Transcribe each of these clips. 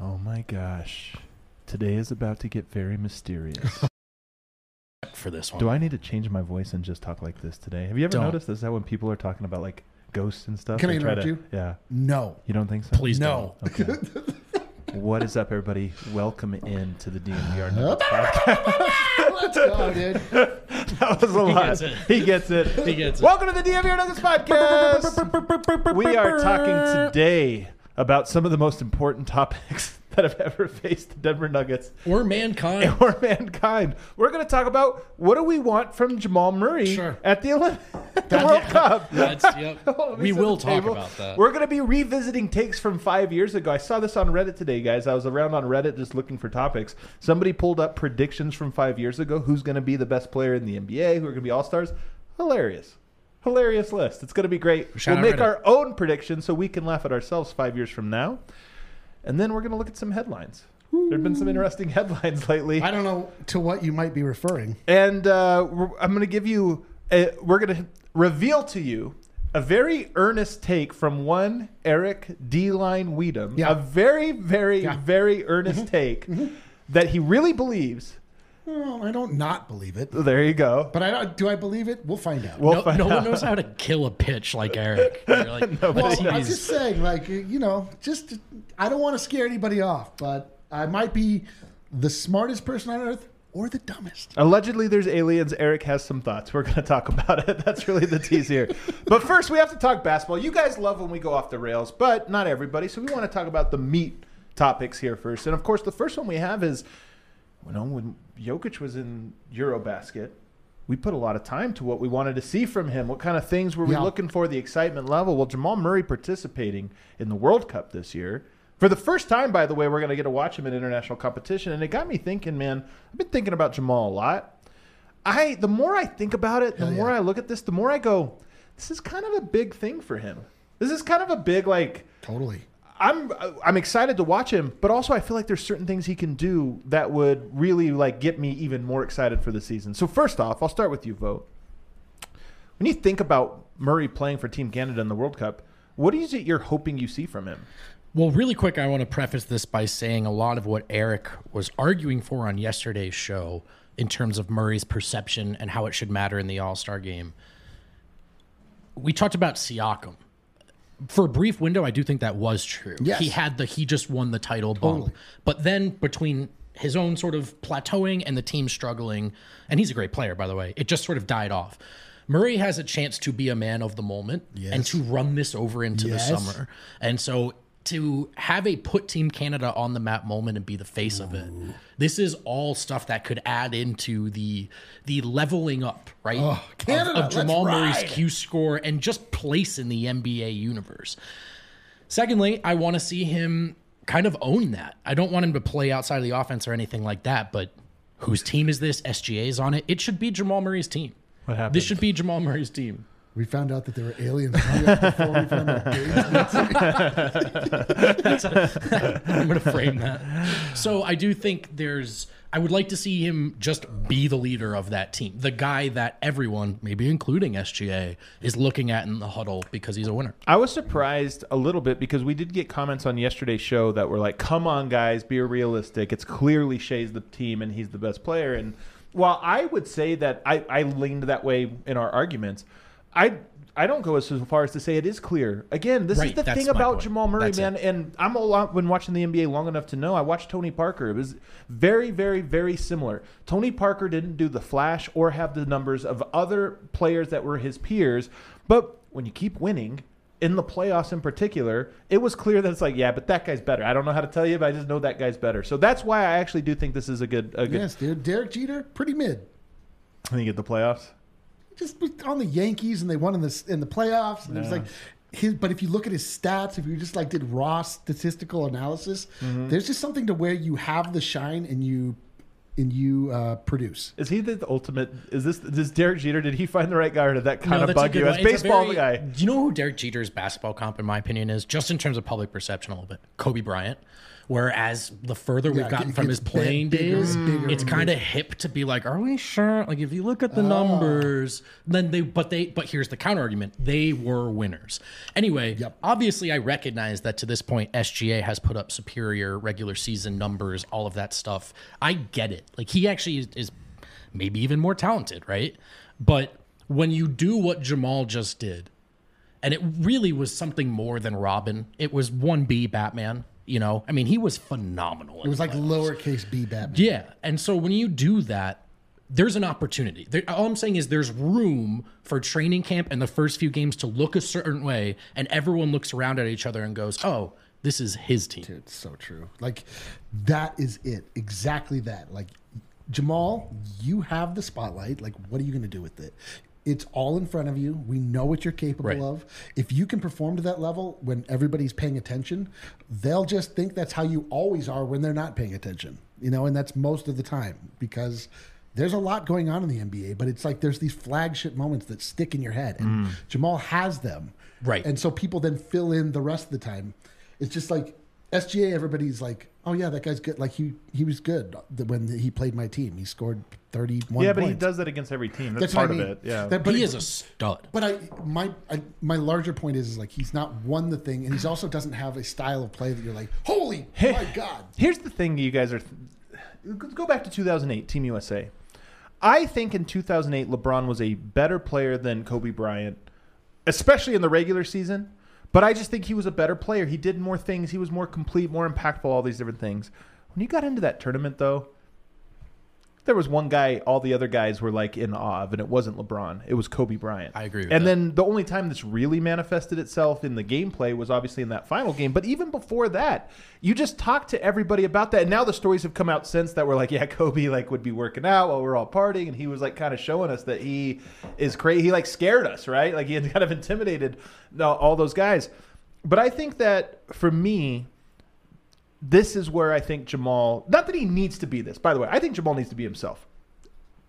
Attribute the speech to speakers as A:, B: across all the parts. A: Oh my gosh. Today is about to get very mysterious.
B: for this one.
A: Do I need to change my voice and just talk like this today? Have you ever
B: Don't.
A: noticed this? That when people are talking about like ghosts and stuff,
C: Can I
A: they try
C: interrupt
A: to-
C: you?
A: Yeah.
C: No.
A: You don't think so?
B: Please
C: no.
A: Okay. what is up, everybody? Welcome in to the DNVR Nuggets podcast.
C: Let's go, dude.
A: that was a lot.
B: gets it.
A: He gets it.
B: He gets it.
A: Welcome to the DNVR Nuggets podcast. we are talking today about some of the most important topics that have ever faced the Denver Nuggets
B: Or mankind.
A: or mankind. We're going to talk about what do we want from Jamal Murray
B: Sure.
A: at the, Olymp- the World Cup.
B: That's, yep. we
A: He's at
B: will
A: the
B: talk
A: table.
B: about that.
A: We're going to be revisiting takes from five years ago. I saw this on Reddit today, guys. I was around on Reddit just looking for topics. Somebody pulled up predictions from five years ago. Who's going to be the best player in the NBA? Who are going to be all stars? Hilarious. Hilarious list. It's going to be great.
B: Shout
A: we'll
B: out
A: make
B: Reddit.
A: our own predictions so we can laugh at ourselves five years from now. And then we're going to look at some headlines. There have been some interesting headlines lately.
C: I don't know to what you might be referring.
A: And uh, we're- I'm going to give you, a, we're going to reveal to you a very earnest take from one Eric D. Line Weedham.
C: Yeah.
A: A very, very,
C: Yeah. Mm-hmm.
A: very earnest take that he really believes.
C: Well, I don't not believe it,
A: There you go.
C: but I don't. Do I believe it? We'll find out.
A: We'll
B: no
A: find
B: no
A: out.
B: one knows how to kill a pitch like Eric. You're like,
C: Well,
B: what's
C: I'm
B: he's-
C: just saying, like you know, just I don't want to scare anybody off, but I might be the smartest person on earth or the dumbest.
A: Allegedly, there's aliens. Eric has some thoughts. We're going to talk about it. That's really the tease here. but first, we have to talk basketball. You guys love when we go off the rails, but not everybody. So we want to talk about the meat topics here first. And of course, the first one we have is you know, when Jokic was in Eurobasket, we put a lot of time to what we wanted to see from him. What kind of things were we
C: Yeah.
A: looking for? The excitement level. Well, Jamal Murray participating in the World Cup this year. For the first time, by the way, we're going to get to watch him in international competition. And it got me thinking, man, I've been thinking about Jamal a lot. I the more I think about it, the more I look at this, the more I go, this is kind of a big thing for him. This is kind of a big like
C: Totally.
A: I'm I'm excited to watch him, but also I feel like there's certain things he can do that would really like get me even more excited for the season. So first off, I'll start with you, vote. When you think about Murray playing for Team Canada in the World Cup, what is it you're hoping you see from him?
B: Well, really quick, I want to preface this by saying a lot of what Eric was arguing for on yesterday's show in terms of Murray's perception and how it should matter in the All Star game. We talked about Siakam. For a brief window, I do think that was true.
C: Yes.
B: He had the he just won the title bump. But then between his own sort of plateauing and the team struggling, and he's a great player, by the way, it just sort of died off. Murray has a chance to be a man of the moment and to run this over into
C: Yes.
B: the summer. And so to have a put Team Canada on the map moment and be the face of it, this is all stuff that could add into the the leveling up, right? of-
C: Oh, Canada,
B: of,
C: let's
B: Jamal Murray's
C: ride.
B: Q score and just place in the NBA universe. Secondly, I want to see him kind of own that. I don't want him to play outside of the offense or anything like that, but whose team is this? SGA's on it. It should be Jamal Murray's team. What
A: happened?
B: This should be Jamal Murray's team.
C: We found out that there were aliens before we found out aliens.
B: I'm going to frame that. So I do think there's. I would like to see him just be the leader of that team, the guy that everyone, maybe including SGA, is looking at in the huddle because he's a winner.
A: I was surprised a little bit because we did get comments on yesterday's show that were like, "Come on, guys, be realistic. It's clearly Shea's the team, and he's the best player." And while I would say that I, I leaned that way in our arguments, I I don't go as far as to say it is clear. Again, this
B: Right,
A: is the
B: that's
A: thing
B: my
A: about
B: point.
A: Jamal Murray,
B: That's it.
A: man. And I'm a lot when watching the NBA long enough to know. I watched Tony Parker. It was very, very, very similar. Tony Parker didn't do the flash or have the numbers of other players that were his peers, but when you keep winning in the playoffs in particular, it was clear that it's like, yeah, but that guy's better. I don't know how to tell you, but I just know that guy's better. So that's why I actually do think this is a good a good
C: yes, dude. Derek Jeter, pretty mid.
A: I think at the playoffs.
C: just was on the Yankees and they won in this in the playoffs. And it was like his, but if you look at his stats, if you just like did raw statistical analysis, there's just something to where you have the shine and you and you uh, produce.
A: Is he the ultimate? Is this this Derek Jeter? Did he find the right guy, or did that kind
B: No,
A: of
B: that's a
A: bug
B: good
A: you?
B: one.
A: As
B: It's a
A: baseball
B: very-
A: guy,
B: Do you know who Derek Jeter's basketball comp, in my opinion, is? Just in terms of public perception, a little bit. Kobe Bryant. Whereas the further we've
C: Yeah, it
B: gotten
C: gets
B: from his
C: big-
B: playing
C: bigger and
B: days,
C: bigger
B: it's
C: and
B: kind of hip to be like, "Are we sure?" Like, if you look at the
C: Ah.
B: numbers, then they. But they. But here's the counter argument: they were winners. Anyway, obviously, I recognize that to this point, SGA has put up superior regular season numbers, all of that stuff. I get it. Like, he actually is, is maybe even more talented, right? But when you do what Jamal just did, and it really was something more than Robin. It was one B Batman. You know, I mean, he was phenomenal.
C: It was like lowercase b Batman.
B: yeah. And so when you do that, there's an opportunity. There, all I'm saying is there's room for training camp and the first few games to look a certain way, and everyone looks around at each other and goes, "Oh, this is his team."
C: It's so true. Like that is it. Exactly that. Like Jamal, you have the spotlight. Like what are you going to do with it? It's all in front of you. We know what you're capable
B: Right.
C: of. If you can perform to that level when everybody's paying attention, they'll just think that's how you always are when they're not paying attention. You know, and that's most of the time because there's a lot going on in the NBA, but it's like there's these flagship moments that stick in your head. And Jamal has them.
B: Right.
C: And so people then fill in the rest of the time. It's just like SGA. Everybody's like, "Oh yeah, that guy's good. Like he he was good th- when he played my team. He scored thirty one.
A: yeah, but he does that against every team. That's,
C: That's
A: part
C: what I mean.
A: of it. Yeah,
C: That- but
B: He
C: it-
B: is a stud.
C: But I my I, my larger point is, is like he's not won the thing, and he's also doesn't have a style of play that you're like, "Holy my god!"
A: Here's the thing you guys are. Th- go back to 2008, Team USA. I think in 2008, LeBron was a better player than Kobe Bryant, especially in the regular season. But I just think he was a better player. He did more things. He was more complete, more impactful, all these different things. When you got into that tournament, though, there was one guy all the other guys were like in awe of, and it wasn't LeBron. It was Kobe Bryant.
B: I agree with
A: and
B: that.
A: then the only time this really manifested itself in the gameplay was obviously in that final game. But even before that, you just talked to everybody about that. And now the stories have come out since that were like, yeah, Kobe like would be working out while we're all partying, and he was like kind of showing us that he is crazy. He like scared us, right? Like he had kind of intimidated uh, all those guys. But I think that for me, this is where I think Jamal, not that he needs to be this, by the way, I think Jamal needs to be himself.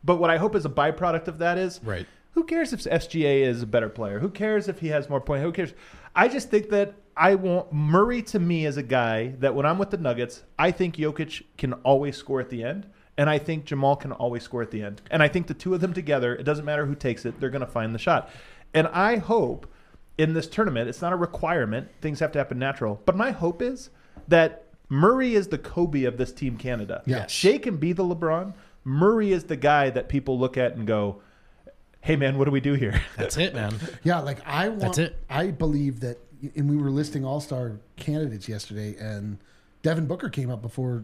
A: But what I hope is a byproduct of that is
B: Right.
A: who cares if SGA is a better player? Who cares if he has more point? Who cares? I just think that I want Murray to me as a guy that when I'm with the Nuggets, I think Jokic can always score at the end. And I think Jamal can always score at the end. And I think the two of them together, it doesn't matter who takes it, they're going to find the shot. And I hope in this tournament, it's not a requirement, things have to happen natural. But my hope is that Murray is the Kobe of this Team Canada.
C: Yes.
A: Shea can be the LeBron. Murray is the guy that people look at and go, hey, man, what do we do here?
B: That's it, man.
C: Yeah, like I want.
B: That's it.
C: I believe that, and we were listing all star candidates yesterday, and Devin Booker came up before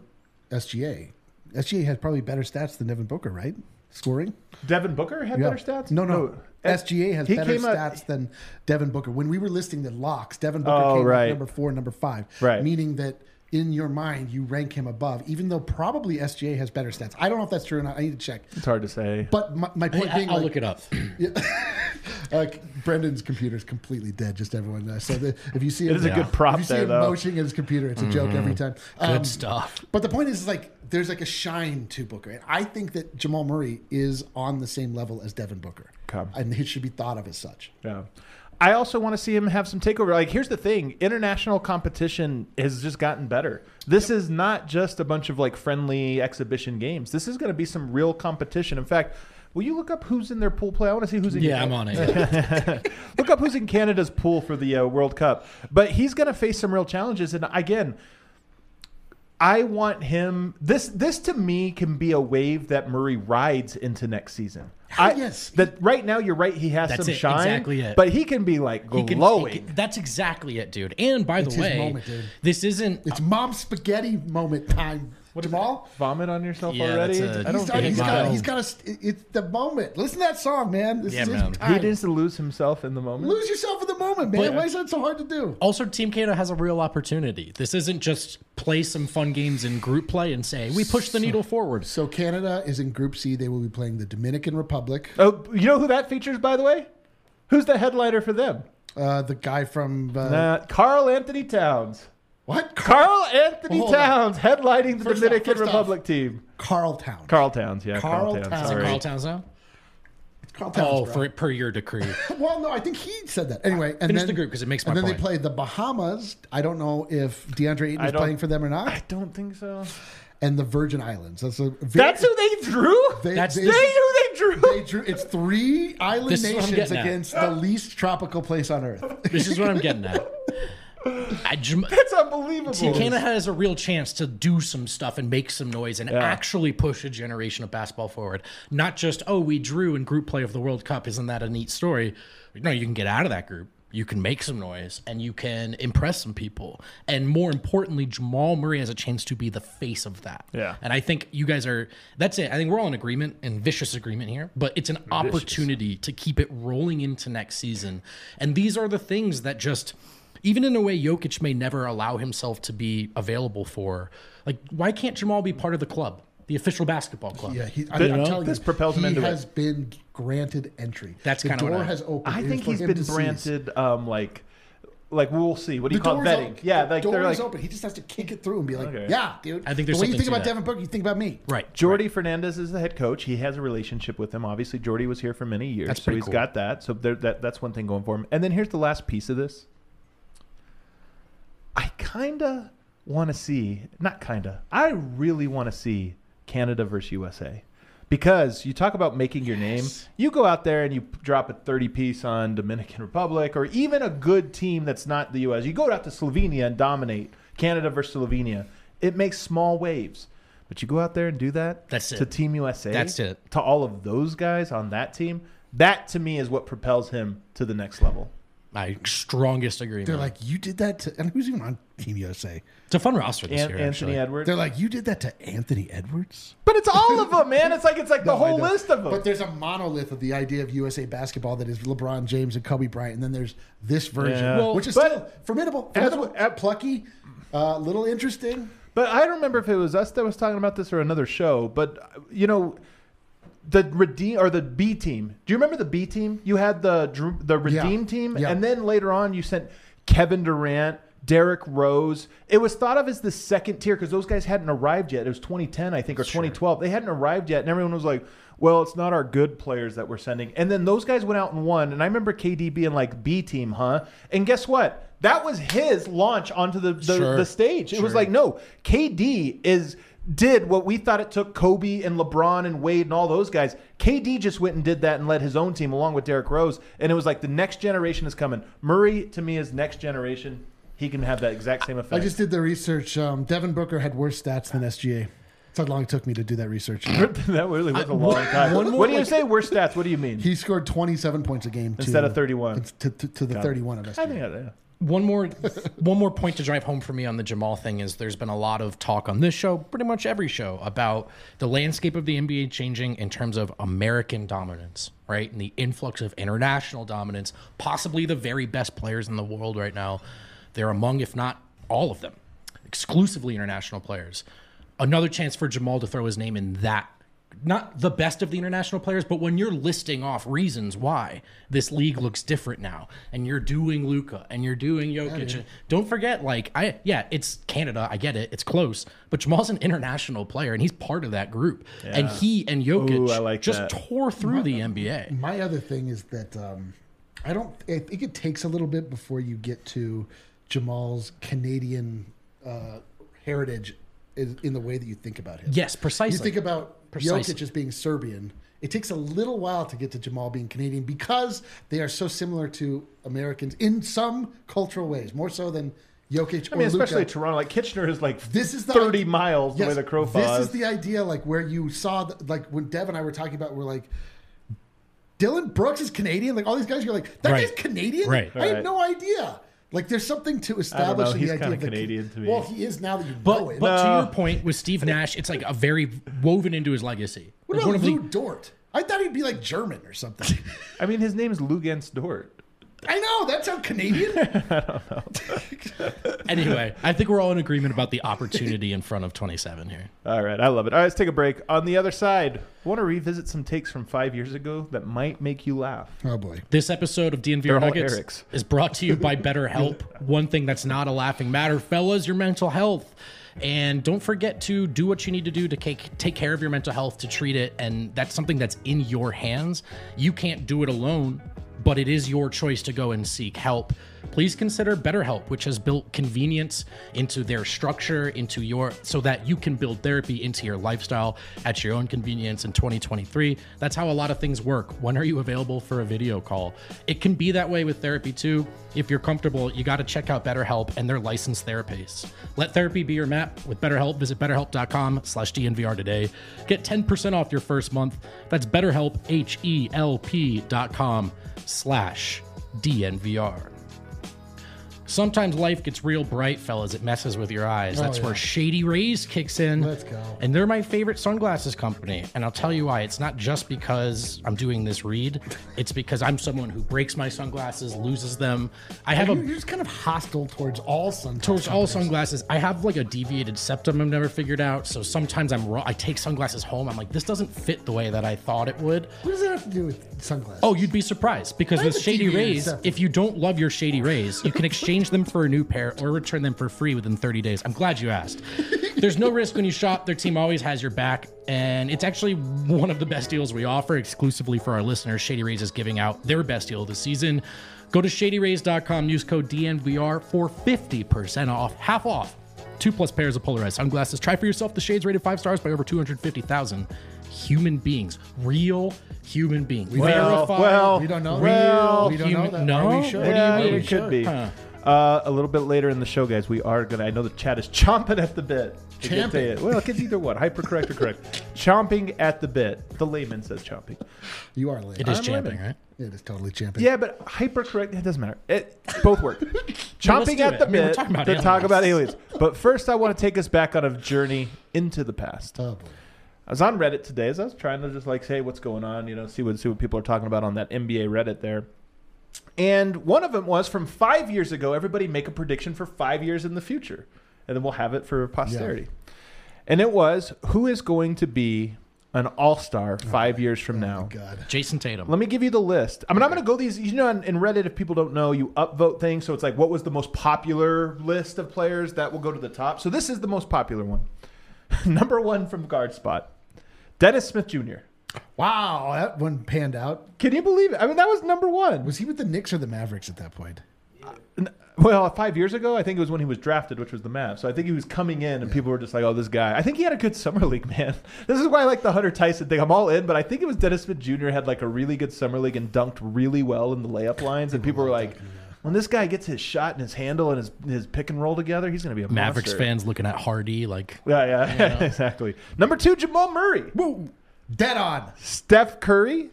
C: SGA. SGA had probably better stats than Devin Booker, right? Scoring.
A: Devin Booker had better stats?
C: No, no. SGA has
A: he
C: better
A: came out-
C: stats than Devin Booker. When we were listing the locks, Devin Booker
A: Oh,
C: came up
A: right.
C: number four, number five.
A: Right.
C: Meaning that in your mind you rank him above, even though probably SGA has better stats. I don't know if that's true or not. I need to check.
A: It's hard to say.
C: But my, my point
B: I,
C: being,
B: will look
C: like,
B: it up.
C: like Brendan's computer's completely dead. Just everyone knows. So the, if you see,
A: It is a
C: him-
A: good prop
C: If you see
A: there,
C: him
A: though.
C: motioning at his computer, it's a joke every time. Um,
B: Mm-hmm. Good stuff.
C: But the point is, like, there's like a shine to Booker, and I think that Jamal Murray is on the same level as Devin Booker,
A: Okay.
C: and he should be thought of as such.
A: Yeah. I also want to see him have some takeover. Like, here's the thing: international competition has just gotten better. This is not just a bunch of like friendly exhibition games. This is going to be some real competition. In fact, will you look up who's in their pool play? I want to see who's in.
B: Yeah, I'm on it.
A: Look up who's in Canada's pool for the uh, World Cup. But he's going to face some real challenges. And again, I want him. This this to me can be a wave that Murray rides into next season. I,
C: yes.
A: That right now you're right. He has
B: That's
A: some
B: it,
A: shine,
B: exactly it.
A: but he can be like
B: He can-
A: glowing.
B: he can- that's exactly it, dude. And by
C: It's
B: the
C: his
B: way,
C: moment, dude.
B: this isn't
C: It's mom spaghetti moment time. Jamal,
A: vomit on yourself
B: Yeah,
A: already?
B: that's a-
A: I don't
C: he's,
B: think
C: he's
B: he
C: got
B: will.
C: he's got a. st- It's the moment. Listen to that song, man. This
B: Yeah,
C: is
B: man.
C: his
B: He
A: he
C: time.
A: needs to lose himself in the moment.
C: Lose yourself in the moment, man.
B: But-
C: Why is that so hard to do?
B: also Team Canada has a real opportunity. This isn't just play some fun games in group play and say we push the needle forward.
C: So Canada is in Group C. They will be playing the Dominican Republic.
A: Oh, you know who that features, by the way? Who's the headliner for them?
C: Uh, the guy from uh,
A: Uh, Carl Anthony Towns.
C: what? Car-
A: Carl Anthony
C: Hold on.
A: Towns headlining the
C: First off-
A: Dominican
C: first off.
A: Republic team.
C: Carltown.
A: Carl Towns, yeah. Carl,
C: Carl
A: Towns.
C: Towns.
B: Is it
A: Sorry.
B: Carl Towns now?
C: Carltown.
B: Oh, for, per your decree.
C: Well, no, I think he said that. Anyway, and
B: Finish
C: then,
B: the group 'cause it makes my
C: And then
B: point.
C: they played the Bahamas. I don't know if DeAndre Ayton
A: I
C: was
A: don't-
C: playing for them or
A: I
C: not.
A: don't think so.
C: And the Virgin Islands. That's a very,
A: That's who they drew?
C: they,
B: That's-
C: they,
A: They who they drew?
C: they drew. It's three island
B: This is what I'm
C: nations
B: getting at.
C: against the least tropical place on earth.
B: this is what I'm getting at. I, Jam-
A: That's unbelievable.
B: Tecana has a real chance to do some stuff and make some noise and actually push a generation of basketball forward. Not just, oh, we drew in group play of the World Cup. Isn't that a neat story? No, you can get out of that group. You can make some noise and you can impress some people. And more importantly, Jamal Murray has a chance to be the face of that.
A: Yeah.
B: And I think you guys are, that's it. I think we're all in agreement, in vicious agreement here, but it's an opportunity to keep it rolling into next season. And these are the things that just, even in a way Jokic may never allow himself to be available for, like, why can't Jamal be part of the club, the official basketball club?
C: Yeah, he, I mean, I'm
A: know,
C: telling
A: this
C: you,
A: propels him
C: he
A: into it.
C: has been granted entry.
B: That's
C: the
B: kinda what
C: door
B: I-
C: has opened.
A: I
C: It is
A: think
C: for
A: he's
C: him to
A: been
C: seize.
A: granted um like like we'll see. What do
C: The
A: you call
C: door
A: it?
C: is
A: vetting?
C: open.
A: Yeah,
C: the
A: like
C: door
A: they're
C: is
A: like
C: open. He just has to kick it through and be like,
A: Okay.
C: "Yeah, dude."
B: I think
C: the
B: there's
C: way
B: something
C: you think
B: to
C: about
B: that.
C: Devin Booker, you think about me.
B: Right.
A: Jordy Fernandez is the head coach. He has a relationship with him. Obviously, Jordy was here for many years,
B: That's
A: so
B: pretty
A: he's
B: cool.
A: got that. So there, that that's one thing going for him. And then here's the last piece of this. I kinda want to see, not kinda. I really want to see Canada versus USA because you talk about making your name. You go out there and you p- drop a 30 piece on Dominican Republic or even a good team that's not the US. You go out to Slovenia and dominate Canada versus Slovenia. It makes small waves. But you go out there and do that
B: That's
A: to
B: it.
A: Team USA.
B: That's it.
A: To all of those guys on that team. That to me is what propels him to the next level.
B: My strongest agreement.
C: They're like, "You did that to," and who's even on Team USA?
B: it's a fun roster this
A: An-
B: year,
A: Anthony
B: actually.
A: Edwards.
C: They're like, "You did that to Anthony Edwards."
A: But it's all of them, man. It's like it's like the
C: No, I
A: whole
C: know.
A: list of them.
C: But there's a monolith of the idea of USA basketball that is LeBron James and Kobe Bryant, and then there's this version,
A: Yeah. Well,
C: which is
A: but-
C: still formidable,
A: As-
C: formidable, plucky, uh, little interesting.
A: But I don't remember if it was us that was talking about this or another show. But uh, you know, the redeem or the B team. Do you remember the B team? You had the Drew- the redeem team,
C: Yeah.
A: and then later on you sent Kevin Durant. Derek Rose. It was thought of as the second tier because those guys hadn't arrived yet. It was 2010, I think, or 2012. They hadn't arrived yet, and everyone was like, "Well, it's not our good players that we're sending." And then those guys went out and won. And I remember KD being like, "B team, huh?" And guess what? That was his launch onto the the,
B: Sure.
A: the stage. It was like, no, KD is did what we thought it took Kobe and LeBron and Wade and all those guys. KD just went and did that and led his own team along with Derrick Rose, and it was like the next generation is coming. Murray to me is next generation. He can have that exact same effect.
C: I just did the research. Um, Devin Booker had worse stats than SGA. That's how long it took me to do that research.
A: that really was a long time.
C: one more,
A: what do you
C: like-
A: say? Worst stats? What do you mean?
C: He scored 27 points a game to-
A: Instead of 31.
C: to, to, to the 31 of us.
A: I think I, yeah.
B: one more one more point to drive home for me on the Jamal thing is there's been a lot of talk on this show, pretty much every show, about the landscape of the NBA changing in terms of American dominance, right? And the influx of international dominance, possibly the very best players in the world right now. They're among, if not all of them, exclusively international players. Another chance for Jamal to throw his name in that not the best of the international players, but when you're listing off reasons why this league looks different now, and you're doing Luca and you're doing Jokic, don't forget, like I yeah, it's Canada, I get it, it's close, but Jamal's an international player and he's part of that group, and he and Jokic
A: Ooh, I like
B: just
A: that.
B: tore through the NBA.
C: My other thing is that um, I don't. I think it takes a little bit before you get to Jamal's Canadian uh, heritage is, in the way that you think about him.
B: Yes, precisely.
C: You think about
B: Precisely.
C: Jokic as being Serbian. It takes a little while to get to Jamal being Canadian because they are so similar to Americans in some cultural ways, more so than Jokic
A: I mean,
C: or Luka.
A: especially Toronto. Like Kitchener is like
C: This is the
A: 30
C: idea-
A: miles the way the crow
C: This
A: flies.
C: is the idea, like where you saw, the, like when Dev and I were talking about, we're like, Dylan Brooks is Canadian. Like all these guys, you're like, that
B: Right.
C: guy's Canadian.
B: Right.
C: I
A: Right.
C: had no idea. Like there's something to
A: know.
C: establish
A: He's
C: the idea.
A: kinda
C: of the-
A: Canadian to me.
C: Well, he is now that you know
B: but
C: it.
B: but to
A: No.
B: your point with Steve Nash, it's like a very woven into his legacy.
C: what
B: It's one
C: about
B: of the-
C: Lou Dort? I thought he'd be like German or something.
A: I mean, his name is Lugens Dort.
C: I know that sounds Canadian.
B: Anyway, I think we're all in agreement about the opportunity in front of 27 here.
A: All right, I love it. All right, let's take a break. On the other side, want to revisit some takes from five years ago that might make you laugh.
C: oh boy.
B: This episode of DNVR
A: They're all
B: Nuggets
A: Eric's.
B: is brought to you by BetterHelp. One thing that's not a laughing matter, fellas, your mental health. And don't forget to do what you need to do to take, take care of your mental health, to treat it. And that's something that's in your hands. You can't do it alone, but it is your choice to go and seek help. Please consider BetterHelp, which has built convenience into their structure, into your so that you can build therapy into your lifestyle at your own convenience in 2023. That's how a lot of things work. When are you available for a video call? It can be that way with therapy too. If you're comfortable, you got to check out BetterHelp and their licensed therapists. Let therapy be your map with BetterHelp. Visit betterhelp.com slash DNVR today. Get 10% off your first month. That's betterhelp, H-E-L-P dot com slash DNVR. Sometimes life gets real bright, fellas. It messes with your eyes. That's where Shady Rays kicks in.
C: Oh, Let's go.
B: And they're my favorite sunglasses company. And I'll tell you why. It's not just because I'm doing this read, it's because I'm someone who breaks my sunglasses, loses them. I have
C: You're
B: a.
C: you're just kind of hostile towards all sun.
B: Towards all sunglasses, I have like a deviated septum I've never figured out. So sometimes I'm wrong. I take sunglasses home. I'm like, this doesn't fit the way that I thought it would.
C: What does that have to do with sunglasses?
B: Oh, you'd be surprised because
C: have
B: with
C: a
B: Shady
C: deviated
B: Rays,
C: septum.
B: if you don't love your Shady Rays, you can exchange them for a new pair or return them for free within 30 days. I'm glad you asked. There's no risk when you shop. Their team always has your back, and it's actually one of the best deals we offer exclusively for our listeners. Shady Rays is giving out their best deal of the season. Go to shadyrays.com, use code DNVR for 50% off, half off. Two plus pairs of polarized sunglasses. Try for yourself the shades rated five stars by over 250,000 human beings. Real human beings.
A: Well,
B: Verified.
A: well,
C: we don't know.
A: Well,
C: we don't know
B: human-
C: that.
B: no?
C: Are we sure?
B: What do you
A: yeah,
B: mean?
A: we could be.
B: Huh.
A: Uh, a little bit later in the show, guys, we are gonna. I know the chat is chomping at the bit. to get to
C: Champing.
A: it. Well, it's either one, hypercorrect or correct. chomping at the bit. The layman says chomping.
C: You are late.
B: It is
A: I'm
B: champing,
A: living.
B: right?
C: It is totally champion.
A: Yeah, but hypercorrect. It doesn't matter. It both work. chomping
B: do
A: at
B: it.
A: the
B: I mean, we're
A: bit
B: talking about
A: to talk
B: aliens.
A: about aliens. But first, I want to take us back on a journey into the past.
C: Oh, boy.
A: I was on Reddit today as I was trying to just like say what's going on, you know, see what see what people are talking about on that NBA Reddit there. And one of them was from five years ago. Everybody make a prediction for five years in the future, and then we'll have it for posterity. And it was who is going to be an All Star five years from now.
C: God.
B: Jason Tatum.
A: Let me give you the list. I mean, I'm going to go these. You know, in, in Reddit, if people don't know, you upvote things. So it's like, what was the most popular list of players that will go to the top? So this is the most popular one. Number one from guard spot, Dennis Smith Jr.
C: Wow, that one panned out.
A: Can you believe it? I mean, that was number one.
C: Was he with the Knicks or the Mavericks at that point?
A: Well, five years ago, I think it was when he was drafted, which was the Mavs. So I think he was coming in, and people were just like, "Oh, this guy." I think he had a good summer league, man. This is why I like the Hunter Tyson thing. I'm all in, but I think it was Dennis Smith Jr. had like a really good summer league and dunked really well in the layup lines, and people were like, "When this guy gets his shot and his handle and his his pick and roll together, he's going to be a
B: Mavericks
A: monster.
B: fans looking at Hardy like
A: Yeah, yeah, exactly. Number two, Jamal Murray,
C: Whoa, dead on.
A: Steph Curry,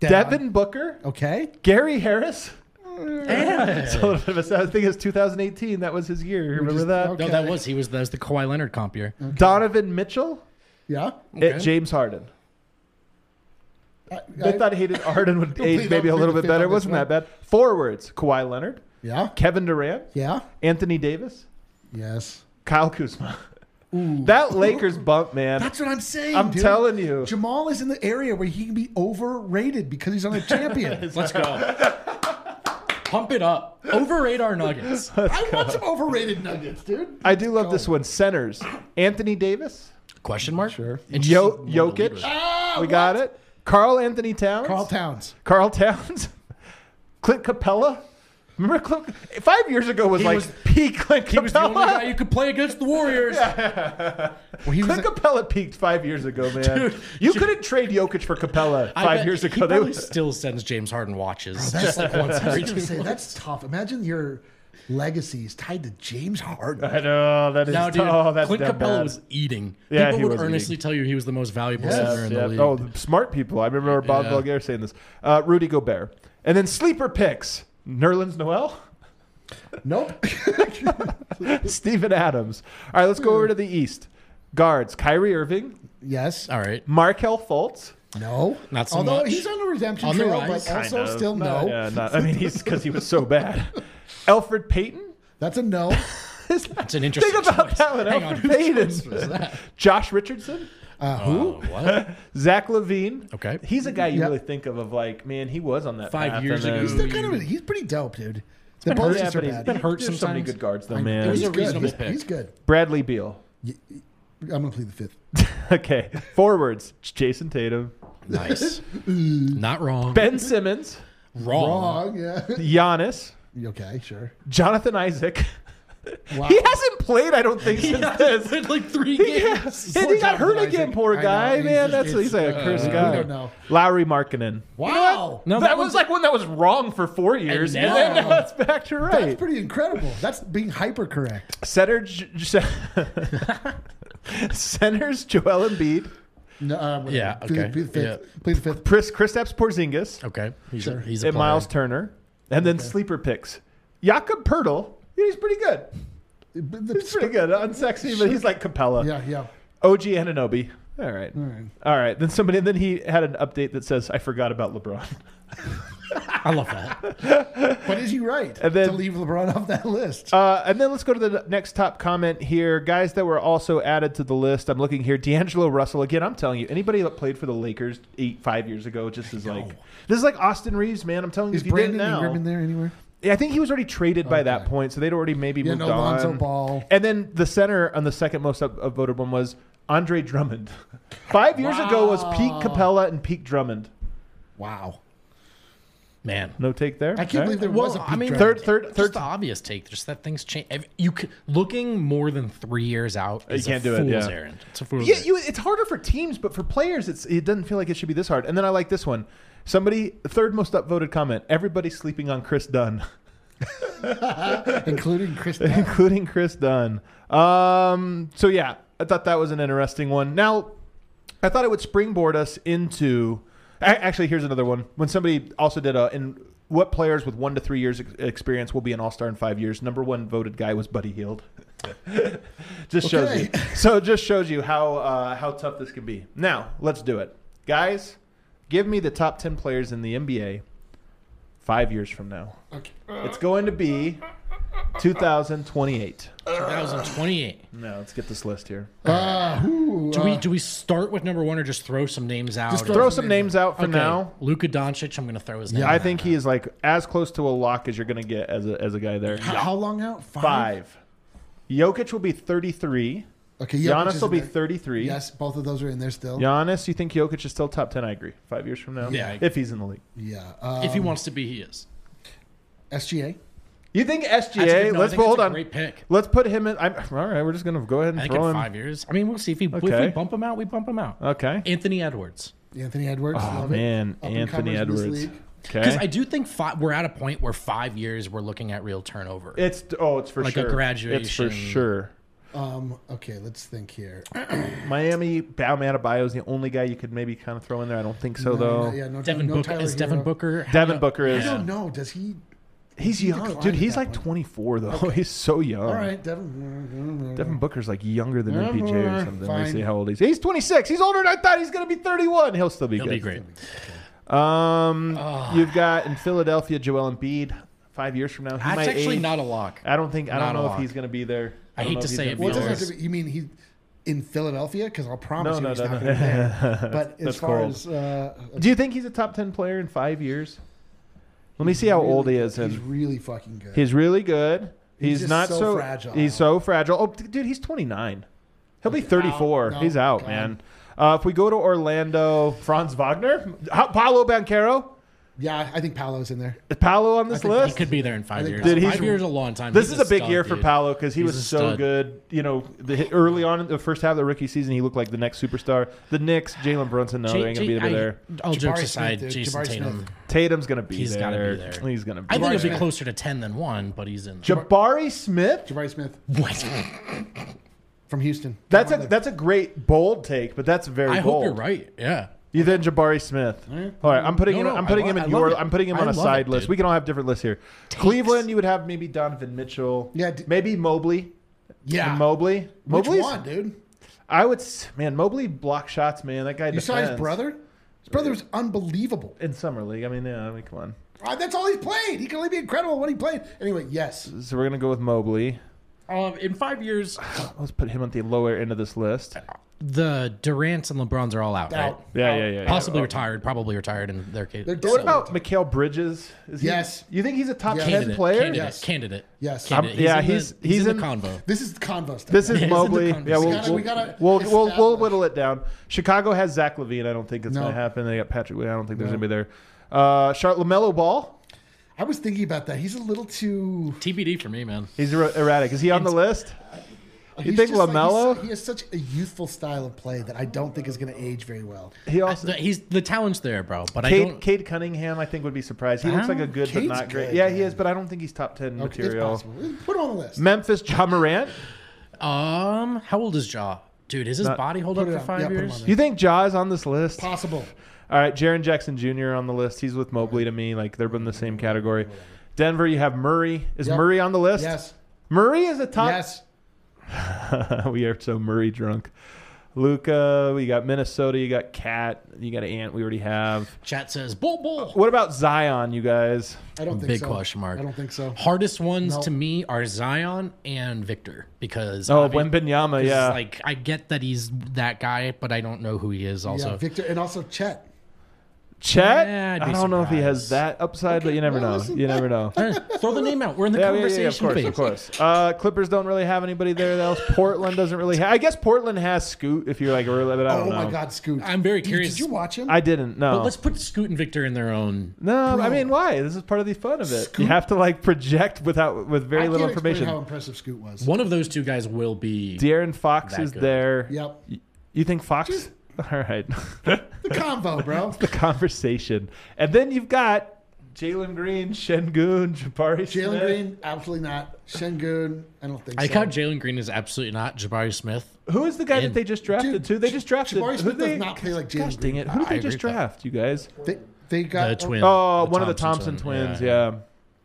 C: Dead
A: Devin Booker,
C: Okay.
A: Gary Harris. It's a little bit of a sad- I think it's 2018. That was his year. Remember
C: just-
A: that?
C: okay.
B: No, that was he was that was the Kawhi Leonard comp year.
A: Donovan Mitchell
C: Yeah.
A: at James Harden.
C: I,
A: They
C: I-
A: thought Hayden Harden would age
C: Complete
A: maybe a
C: upgrade
A: little bit
C: to fit
A: better. It
C: on this
A: wasn't that
C: one.
A: bad. Forwards, Kawhi Leonard,
C: yeah.
A: Kevin Durant,
C: Yeah.
A: Anthony Davis,
C: Yes.
A: Kyle Kuzma. That Lakers bump, man.
C: That's what I'm saying.
A: I'm
C: dude.
A: telling you.
C: Jamal is in the area where he can be overrated because he's on a champion.
B: Let's go. Pump it up. Overrate our nuggets.
C: I want some overrated nuggets, dude.
A: I do love this one. Centers, Anthony Davis,
B: Question mark? Sure. And
A: Yo- Jokic. Ah, we got it. Carl Anthony Towns.
C: Carl Towns.
A: Carl Towns, Clint Capella. Remember Clint? Five years ago was
B: He
A: like
B: was-
A: peak Clint
B: He was the
A: Capella.
B: only guy you could play against the Warriors.
C: Well, he was
A: Clint
C: a-
A: Capella peaked five years ago, man. you couldn't trade Jokic for Capella
B: I
A: five
B: bet
A: years
B: He
A: ago. They
B: probably
A: was,
B: still sends James Harden watches.
C: that's
B: just like once
C: I was
B: every
C: gonna
B: two
C: say, that's tough. Imagine your legacy is tied to James Harden.
A: I know that is.
B: No, dude.
A: oh, that's
B: Clint
A: damn
B: Capella
A: bad.
B: was eating.
A: Yeah, he
B: People would
A: was
B: earnestly tell you he was the most valuable
C: Yes,
B: center in the
A: Yeah.
B: league.
A: Oh, smart people. I remember Bob
B: Yeah.
A: Vulgaire saying this. Uh, Rudy Gobert, and then sleeper picks: Nerlens Noel,
C: Nope.
A: Stephen Adams. All right, let's go over to the East. Guards: Kyrie Irving,
C: yes.
B: All right.
A: Markel Fultz,
C: No,
B: Not so
C: Although
B: much.
C: he's on a redemption
B: On the
C: trail,
B: rise.
C: but
B: Kind
C: also still no.
A: Yeah, not, I mean, he's because he was so bad. Alfred Payton.
C: That's a no.
B: That's an interesting
A: Think about
B: choice.
A: that one.
B: Hang on,
A: Alfred
B: whose
A: Payton.
B: choice was that?
A: Josh Richardson.
B: Who? what?
A: Zach Levine.
B: Okay.
A: He's a guy you
C: Yeah.
A: really think of of like, man, he was on that
B: Five
A: path,
B: years
A: and
B: ago.
A: then-
B: He's
C: He's still kind of. He's pretty dope, dude. The
B: been hurt,
C: Bulls
A: yeah,
C: are
A: but he's
C: bad.
A: been hurt
B: There's
A: sometimes. So
B: so many
A: many
B: good
A: good guards, though,
C: It
A: man.
C: was
B: a reasonable
C: he's,
B: pick.
C: He's good.
A: Bradley Beal.
C: I'm gonna plead the fifth.
A: Okay, forwards: Jason Tatum,
B: Nice. Not wrong.
A: Ben Simmons,
B: wrong.
C: Wrong. Yeah.
A: Giannis,
C: okay. Sure.
A: Jonathan Isaac.
C: Wow.
A: He hasn't played, I don't think, since this.
B: Played like three
A: He-
B: games.
A: and he got hurt again, poor
C: I know,
A: guy,
C: he's
A: man.
C: just-
A: That's he's like a
C: it's,
A: cursed
C: uh, we
A: guy.
C: don't know.
A: Lowry Markkinen.
C: Wow.
B: No,
A: No,
B: that
A: that, was like one that was wrong for four years,
B: know.
A: and then now it's back to
C: That's
A: right.
C: pretty incredible. That's being hyper correct.
A: Centers, centers Joel Embiid,
C: No, uh, whatever.
B: Yeah,
C: Plead the-
B: okay.
C: Plead the fifth.
B: Yeah.
C: Plead the fifth.
A: Chris Kristaps Porzingis,
B: Okay. He's a,
C: Sure.
B: he's a
A: and
B: player.
A: Miles Turner, and then sleeper picks Jakob Pertl. He's pretty good.
C: But the-
A: He's pretty good. Unsexy, but he's like Capella.
C: Yeah. Yeah.
A: OG Ananobi. All right. All right. Then somebody, then he had an update that says, I forgot about LeBron.
B: I love that.
C: But is he right
A: And then-
C: to leave LeBron off that list?
A: Uh, and then let's go to the next top comment here. Guys that were also added to the list. I'm looking here. D'Angelo Russell. Again, I'm telling you, anybody that played for the Lakers eight, five years ago just is like, this is like Austin Reeves, man. I'm telling you,
C: is
A: if you didn't
C: Brandon
A: now.
C: Ingram in there anywhere?
A: Yeah, I think he was already traded by that
C: Okay.
A: point, so they'd already maybe
C: Yeah,
A: moved
C: no, Lonzo
A: on.
C: Ball.
A: And then the center on the second most up, upvoted one was Andre Drummond. Five years ago was peak Capella and peak Drummond.
C: Wow.
B: Man.
A: No take there.
C: I can't believe there was a peak draft.
A: third- third-
B: just
A: third-
B: the obvious take. Just that things change. Ev- You c looking more than three years out is
A: can't
B: a
A: do it,
B: fool's
A: yeah.
B: errand. It's a fool's
A: Yeah,
B: errand.
A: you, it's harder for teams, but for players, it's it doesn't feel like it should be this hard. And then I like this one. Somebody, third most upvoted comment: everybody's sleeping on Chris Dunn,
C: including Chris. Dunn.
A: including Chris Dunn. Um, so yeah, I thought that was an interesting one. Now, I thought it would springboard us into. a- Actually, here's another one. When somebody also did a in what players with one to three years ex- experience will be an All Star in five years. Number one voted guy was Buddy Hield. just shows you.
C: Okay.
A: So it just shows you how uh, how tough this can be. Now let's do it, guys. Give me the top ten players in the NBA five years from now.
C: Okay.
A: It's going to be 2028.
B: 2028.
A: Now let's get this list here.
C: Uh, who,
B: Do we
C: uh,
B: do we start with number one or just throw some names out?
C: Just
B: and-
A: Throw some names out for
B: Okay,
A: now.
B: Luka Doncic. I'm going to throw his name.
A: I
B: out.
A: think he is like as close to a lock as you're going to get as a, as a guy there.
C: how, how long out?
A: Five. Jokic will be 33.
C: Okay. Jokic
A: Giannis
C: is
A: will
C: in
A: be
C: there.
A: 33.
C: Yes, both of those are in there still.
A: Giannis, you think Jokic is still top 10? I agree. Five years from now.
B: Yeah, I agree.
A: If he's in the league.
C: Yeah. Um,
B: if he wants to be, he is.
C: SGA.
A: You think
B: That's a
A: SGA?
B: good- no, I
A: E let's
B: think
A: hold
B: that's a
A: on.
B: Great pick.
A: Let's put him in. I'm, all right, we're just going to go ahead and
B: I think
A: throw
B: in
A: him.
B: five years. I mean, we'll see if, he, if
A: Okay. Uh,
B: we bump him out. We bump him out.
A: Okay.
B: Anthony Edwards.
C: Anthony Edwards.
A: Oh,
C: love
A: man.
C: it. Up and
A: Anthony
C: comers in this
A: Edwards.
C: league.
A: Okay.
B: Because I do think five, we're at a point where five years we're looking at real turnover.
A: it's, oh, it's for
B: Like a
A: sure. It's
B: graduation.
A: for sure.
C: Um. Okay. Let's think here.
A: Miami, Bam Adebayo is the only guy you could maybe kind of throw in there. I don't think so, though.
C: No, yeah. No.
B: Devin
C: no
B: Booker
C: Tyler
B: is Devin
C: Hero.
B: Booker.
A: Devin Booker
C: I
A: is.
C: don't know. Does he?
A: He's
C: He
A: young,
C: declined
A: dude.
C: at
A: He's
C: that
A: like
C: point.
A: 24 though. He's so young.
C: All right. Devin.
A: Oh. Devin Booker's like younger than
C: Yeah,
A: MPJ or
C: alright,
A: something. Let's
C: fine.
A: see how old he's. He's 26. He's older than I thought. He's gonna be 31. He'll still be
B: He'll
A: good.
B: be great.
A: Um, you've got in Philadelphia Joel Embiid. Five years from now, he
B: That's
A: might
B: actually
A: age.
B: not a lock.
A: I don't think. I
B: not
A: don't
B: a
A: know if
B: lock.
A: he's gonna be there.
B: I
A: don't
B: hate
A: know
B: to
A: if he's
B: say
A: gonna
B: it,
A: be
C: Well, it
B: Booker.
A: there.
C: doesn't have to be. You mean he in Philadelphia? Because I'll promise
A: No,
C: you
A: no,
C: he's
A: no,
C: not
A: no.
C: going to be there. But as
A: That's
C: far
A: cold.
C: as uh,
A: Do you think he's a top 10 player in five years? Let me see how old he is.
C: he's
A: And
C: really fucking good.
A: he's really good.
C: He's
A: He's,
C: just
A: not
C: so
A: so,
C: fragile.
A: He's so fragile. Oh, d- dude, he's 29. He'll be 34.
C: No,
A: he's out,
C: gone.
A: man. Uh, if we go to Orlando, Franz Wagner, How- Paolo Banquero,
C: yeah, I think Paolo's in there.
A: is Paolo on this
C: think
A: list?
B: He could be there in five
C: think
B: years.
A: Dude, he's-
B: five years is a long time.
A: this is
B: He's
A: a big
B: stud,
A: year for
B: dude.
A: Paolo because he
B: He's a
A: was so
B: stud.
A: good. You know, the, early on in the first half of the rookie season, he looked like the next superstar. The Knicks, Jalen Brunson, no,
B: J-
A: they ain't gonna be
B: J-
A: over
B: I-
A: there.
B: All
C: Jabari
B: jokes
C: Smith,
B: aside,
C: dude.
B: Jason
C: Jabari
B: Tatum.
C: Smith.
A: Tatum's gonna be
B: He's
A: there.
B: gotta be there.
A: He's gonna be.
B: I think it'll be
C: Smith.
B: closer to ten than one, but he's in.
A: there. Jabari Smith.
C: Jabari Smith
B: What?
C: from Houston.
A: That's
C: Come
A: a
C: on,
A: that's a great bold take, but that's very.
B: I
A: bold.
B: hope you're right. Yeah.
A: You then Jabari Smith. All right, I'm putting
B: No,
A: him.
B: no,
A: I'm
B: I
A: putting
B: lo-
A: him
B: I
A: in
B: love
A: your.
B: it.
A: I'm putting him
B: I
A: on a
B: love
A: side
B: it,
A: list.
B: dude.
A: We can all have different lists here. Cleveland, you would have maybe Donovan Mitchell.
C: Yeah, d-
A: maybe Mobley.
C: yeah.
A: And Mobley.
C: Which
A: Mobley's.
C: one, dude?
A: I would. s- Man, Mobley block shots. Man, that guy.
C: You saw his
A: defends.
C: brother? His brother was unbelievable.
A: in summer league. I mean, yeah, I mean, come on.
C: Ah, that's all he's played. He can only be incredible at what he played. Anyway, yes.
A: So we're gonna go with Mobley.
B: Um, in five years,
A: Let's put him at the lower end of this list.
B: the Durants and LeBrons are all out, right?
C: Out.
A: Yeah, yeah, yeah. yeah.
B: Possibly retired, probably retired in their case.
C: They're
B: So-
C: dead.
A: What about Mikhail Bridges? Is he-
C: Yes.
A: You think he's a top
C: Yes.
A: ten
B: candidate,
A: player?
B: Candidate,
C: Yes.
B: candidate.
C: Yes.
A: I'm-
B: Candidate.
A: yeah,
B: in
A: he's-
B: the,
A: he's
B: he's in
A: in-
B: the convo.
C: This is the convo stuff.
A: This is
B: in the
A: Mobley.
B: conversation.
A: Yeah, we'll,
B: We
C: gotta-
A: we'll,
C: we gotta
A: we'll, we'll, we'll
C: establish.
A: whittle it down. Chicago has Zach Levine. I don't think it's
C: No.
A: going to happen. They got Patrick. Ewing. I don't think there's anybody there. Uh, Shart Lamelo Ball.
C: I was thinking about that. He's a little too.
B: TBD for me, man.
A: He's er- erratic. Is he on the list? You
C: he's
A: think
C: just like- he's-
A: LaMelo?
C: he has such a youthful style of play that I don't think is going to age very well.
A: He also.
B: The- he's the talent's there, bro. But I
A: Cade,
B: don't.
A: Cade Cunningham, I think, would be surprised. He looks like a good
C: Cade's
A: but not great.
C: good,
A: yeah,
C: man.
A: he is, but I don't think he's top ten
C: Okay, it's
A: material.
C: possible. Put him on the list.
A: Memphis Ja Morant.
B: Um, how old is Jaw? Dude, is his body hold up
C: put it
B: for
C: on.
B: five
C: Yeah, put him on
B: years?
C: there.
A: You think Ja is on this list?
C: Possible.
A: All right, Jaron Jackson Jr. on the list. He's with Mobley to me. Like they're in the same category. Denver, you have Murray. Is
C: Yep.
A: Murray on the list?
C: Yes.
A: Murray is a top.
C: Yes.
A: we are so Murray drunk. Luca, we got Minnesota. You got Cat. You got Ant. We already have.
B: Chat says bull bull.
A: What about Zion, you guys?
C: I don't think
B: Big
C: so.
B: question mark.
C: I don't think so.
B: Hardest ones
C: No.
B: to me are Zion and Victor because
A: Oh,
B: obvi-
A: Wembenyama,
B: 'cause,
A: yeah.
B: Like I get that he's that guy, but I don't know who he is. Also,
C: Yeah, Victor and also Chet.
A: Chet?
B: Yeah, I'd
A: I
B: be
A: don't know if he has
B: surprised.
A: that upside, but you never
C: well,
A: know.
C: listen,
A: You never know.
B: Eh, throw the name out. We're in the
A: Yeah, yeah,
B: conversation
A: yeah, of course,
B: phase.
A: of course. Uh, Clippers don't really have anybody there else. Portland doesn't really. Ha- I guess Portland has Scoot. If you're like, really, but I
C: Oh
A: don't know.
C: my God, Scoot.
B: I'm very
C: Did-
B: curious.
C: Did you watch him?
A: I didn't. No.
B: But let's put Scoot and Victor in their own.
A: No, I
C: Bro.
A: mean, why? This is part of the fun of it.
C: Scoot-
A: You have to like project without with very
C: I
A: little
C: can't explain
A: information.
C: How impressive Scoot was.
B: One of those two guys will be.
A: De'Aaron Fox
B: That
A: is
B: good.
A: there.
C: Yep.
A: Y- You think Fox?
C: Just-
A: All right.
C: The convo, bro.
A: the conversation, and then you've got Jalen Green, Shengun, Jabari
C: Jalen
A: Smith.
C: Green, absolutely not. Shengun, I don't think
B: I
C: so.
B: count Jalen Green is absolutely not Jabari Smith.
A: Who is the guy that
B: And-
A: they just drafted?
C: Dude,
A: too? They just drafted.
C: Jabari
A: who
C: Smith
A: they,
C: does not play like Jalen
A: Gosh dang
C: Green.
A: it! Who did
B: I
A: they
B: agree
A: just
B: with that.
A: draft? You guys?
C: They, they
B: The
C: got Oh,
B: twin.
A: Oh,
B: the
A: one of the Thompson twins. Yeah.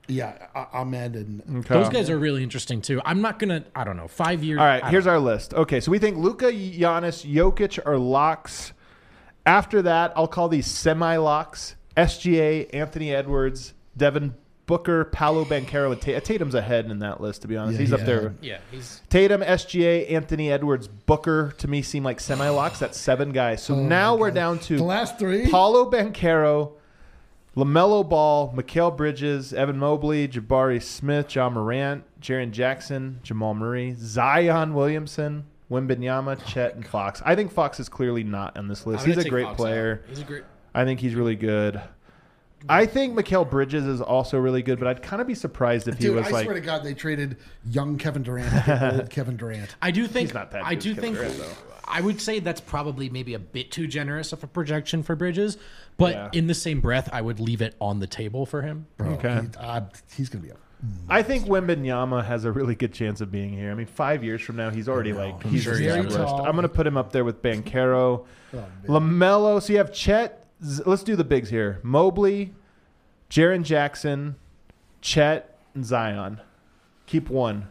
C: Yeah, A- Ahmed and
A: Okay.
B: Those guys are really interesting too. I'm not gonna. I don't know. Five years.
A: All right, here's our list. Okay, so we think Luka, Giannis, Jokic are locks. After that, I'll call these semi locks. SGA, Anthony Edwards, Devin Booker, Paolo Banquero, and Tatum. Tatum's ahead in that list, to be honest.
C: Yeah,
A: He's
C: yeah.
A: up there.
B: Yeah, he's
A: Tatum, SGA, Anthony Edwards, Booker to me seem like semi locks. That's seven guys. So now we're down to
C: the last three.
A: Paulo Banquero, LaMelo Ball, Mikhail Bridges, Evan Mobley, Jabari Smith, John Morant, Jaron Jackson, Jamal Murray, Zion Williamson, Wimbenyama, Chet, and Fox. I think Fox is clearly not on this list.
B: Oh I'm gonna
A: He's a
B: take
A: great
B: Fox
A: player.
B: out. He's a great.
A: I think he's really good. I think Mikhail Bridges is also really good, but I'd kind of be surprised if he
C: Dude,
A: was
C: I
A: like.
C: swear to God, they traded young Kevin Durant for old Kevin Durant.
B: I do think.
A: not that
B: I
A: good
B: do
A: as Kevin
B: think.
A: Durant, though.
B: I would say that's probably maybe a bit too generous of a projection for Bridges, but
A: Yeah.
B: in the same breath, I would leave it on the table for him.
C: Bro,
A: Okay.
C: he- uh, he's gonna be. A,
A: I think Wembenyama has a really good chance of being here. I mean, five years from now, he's already like he's
B: sure he's
A: established.
C: tall.
A: I'm going to put him up there with Banquero,
C: man.
A: Lamelo. So you have Chet. Z- Let's do the bigs here: Mobley, Jaron Jackson, Chet, and Zion. Keep one.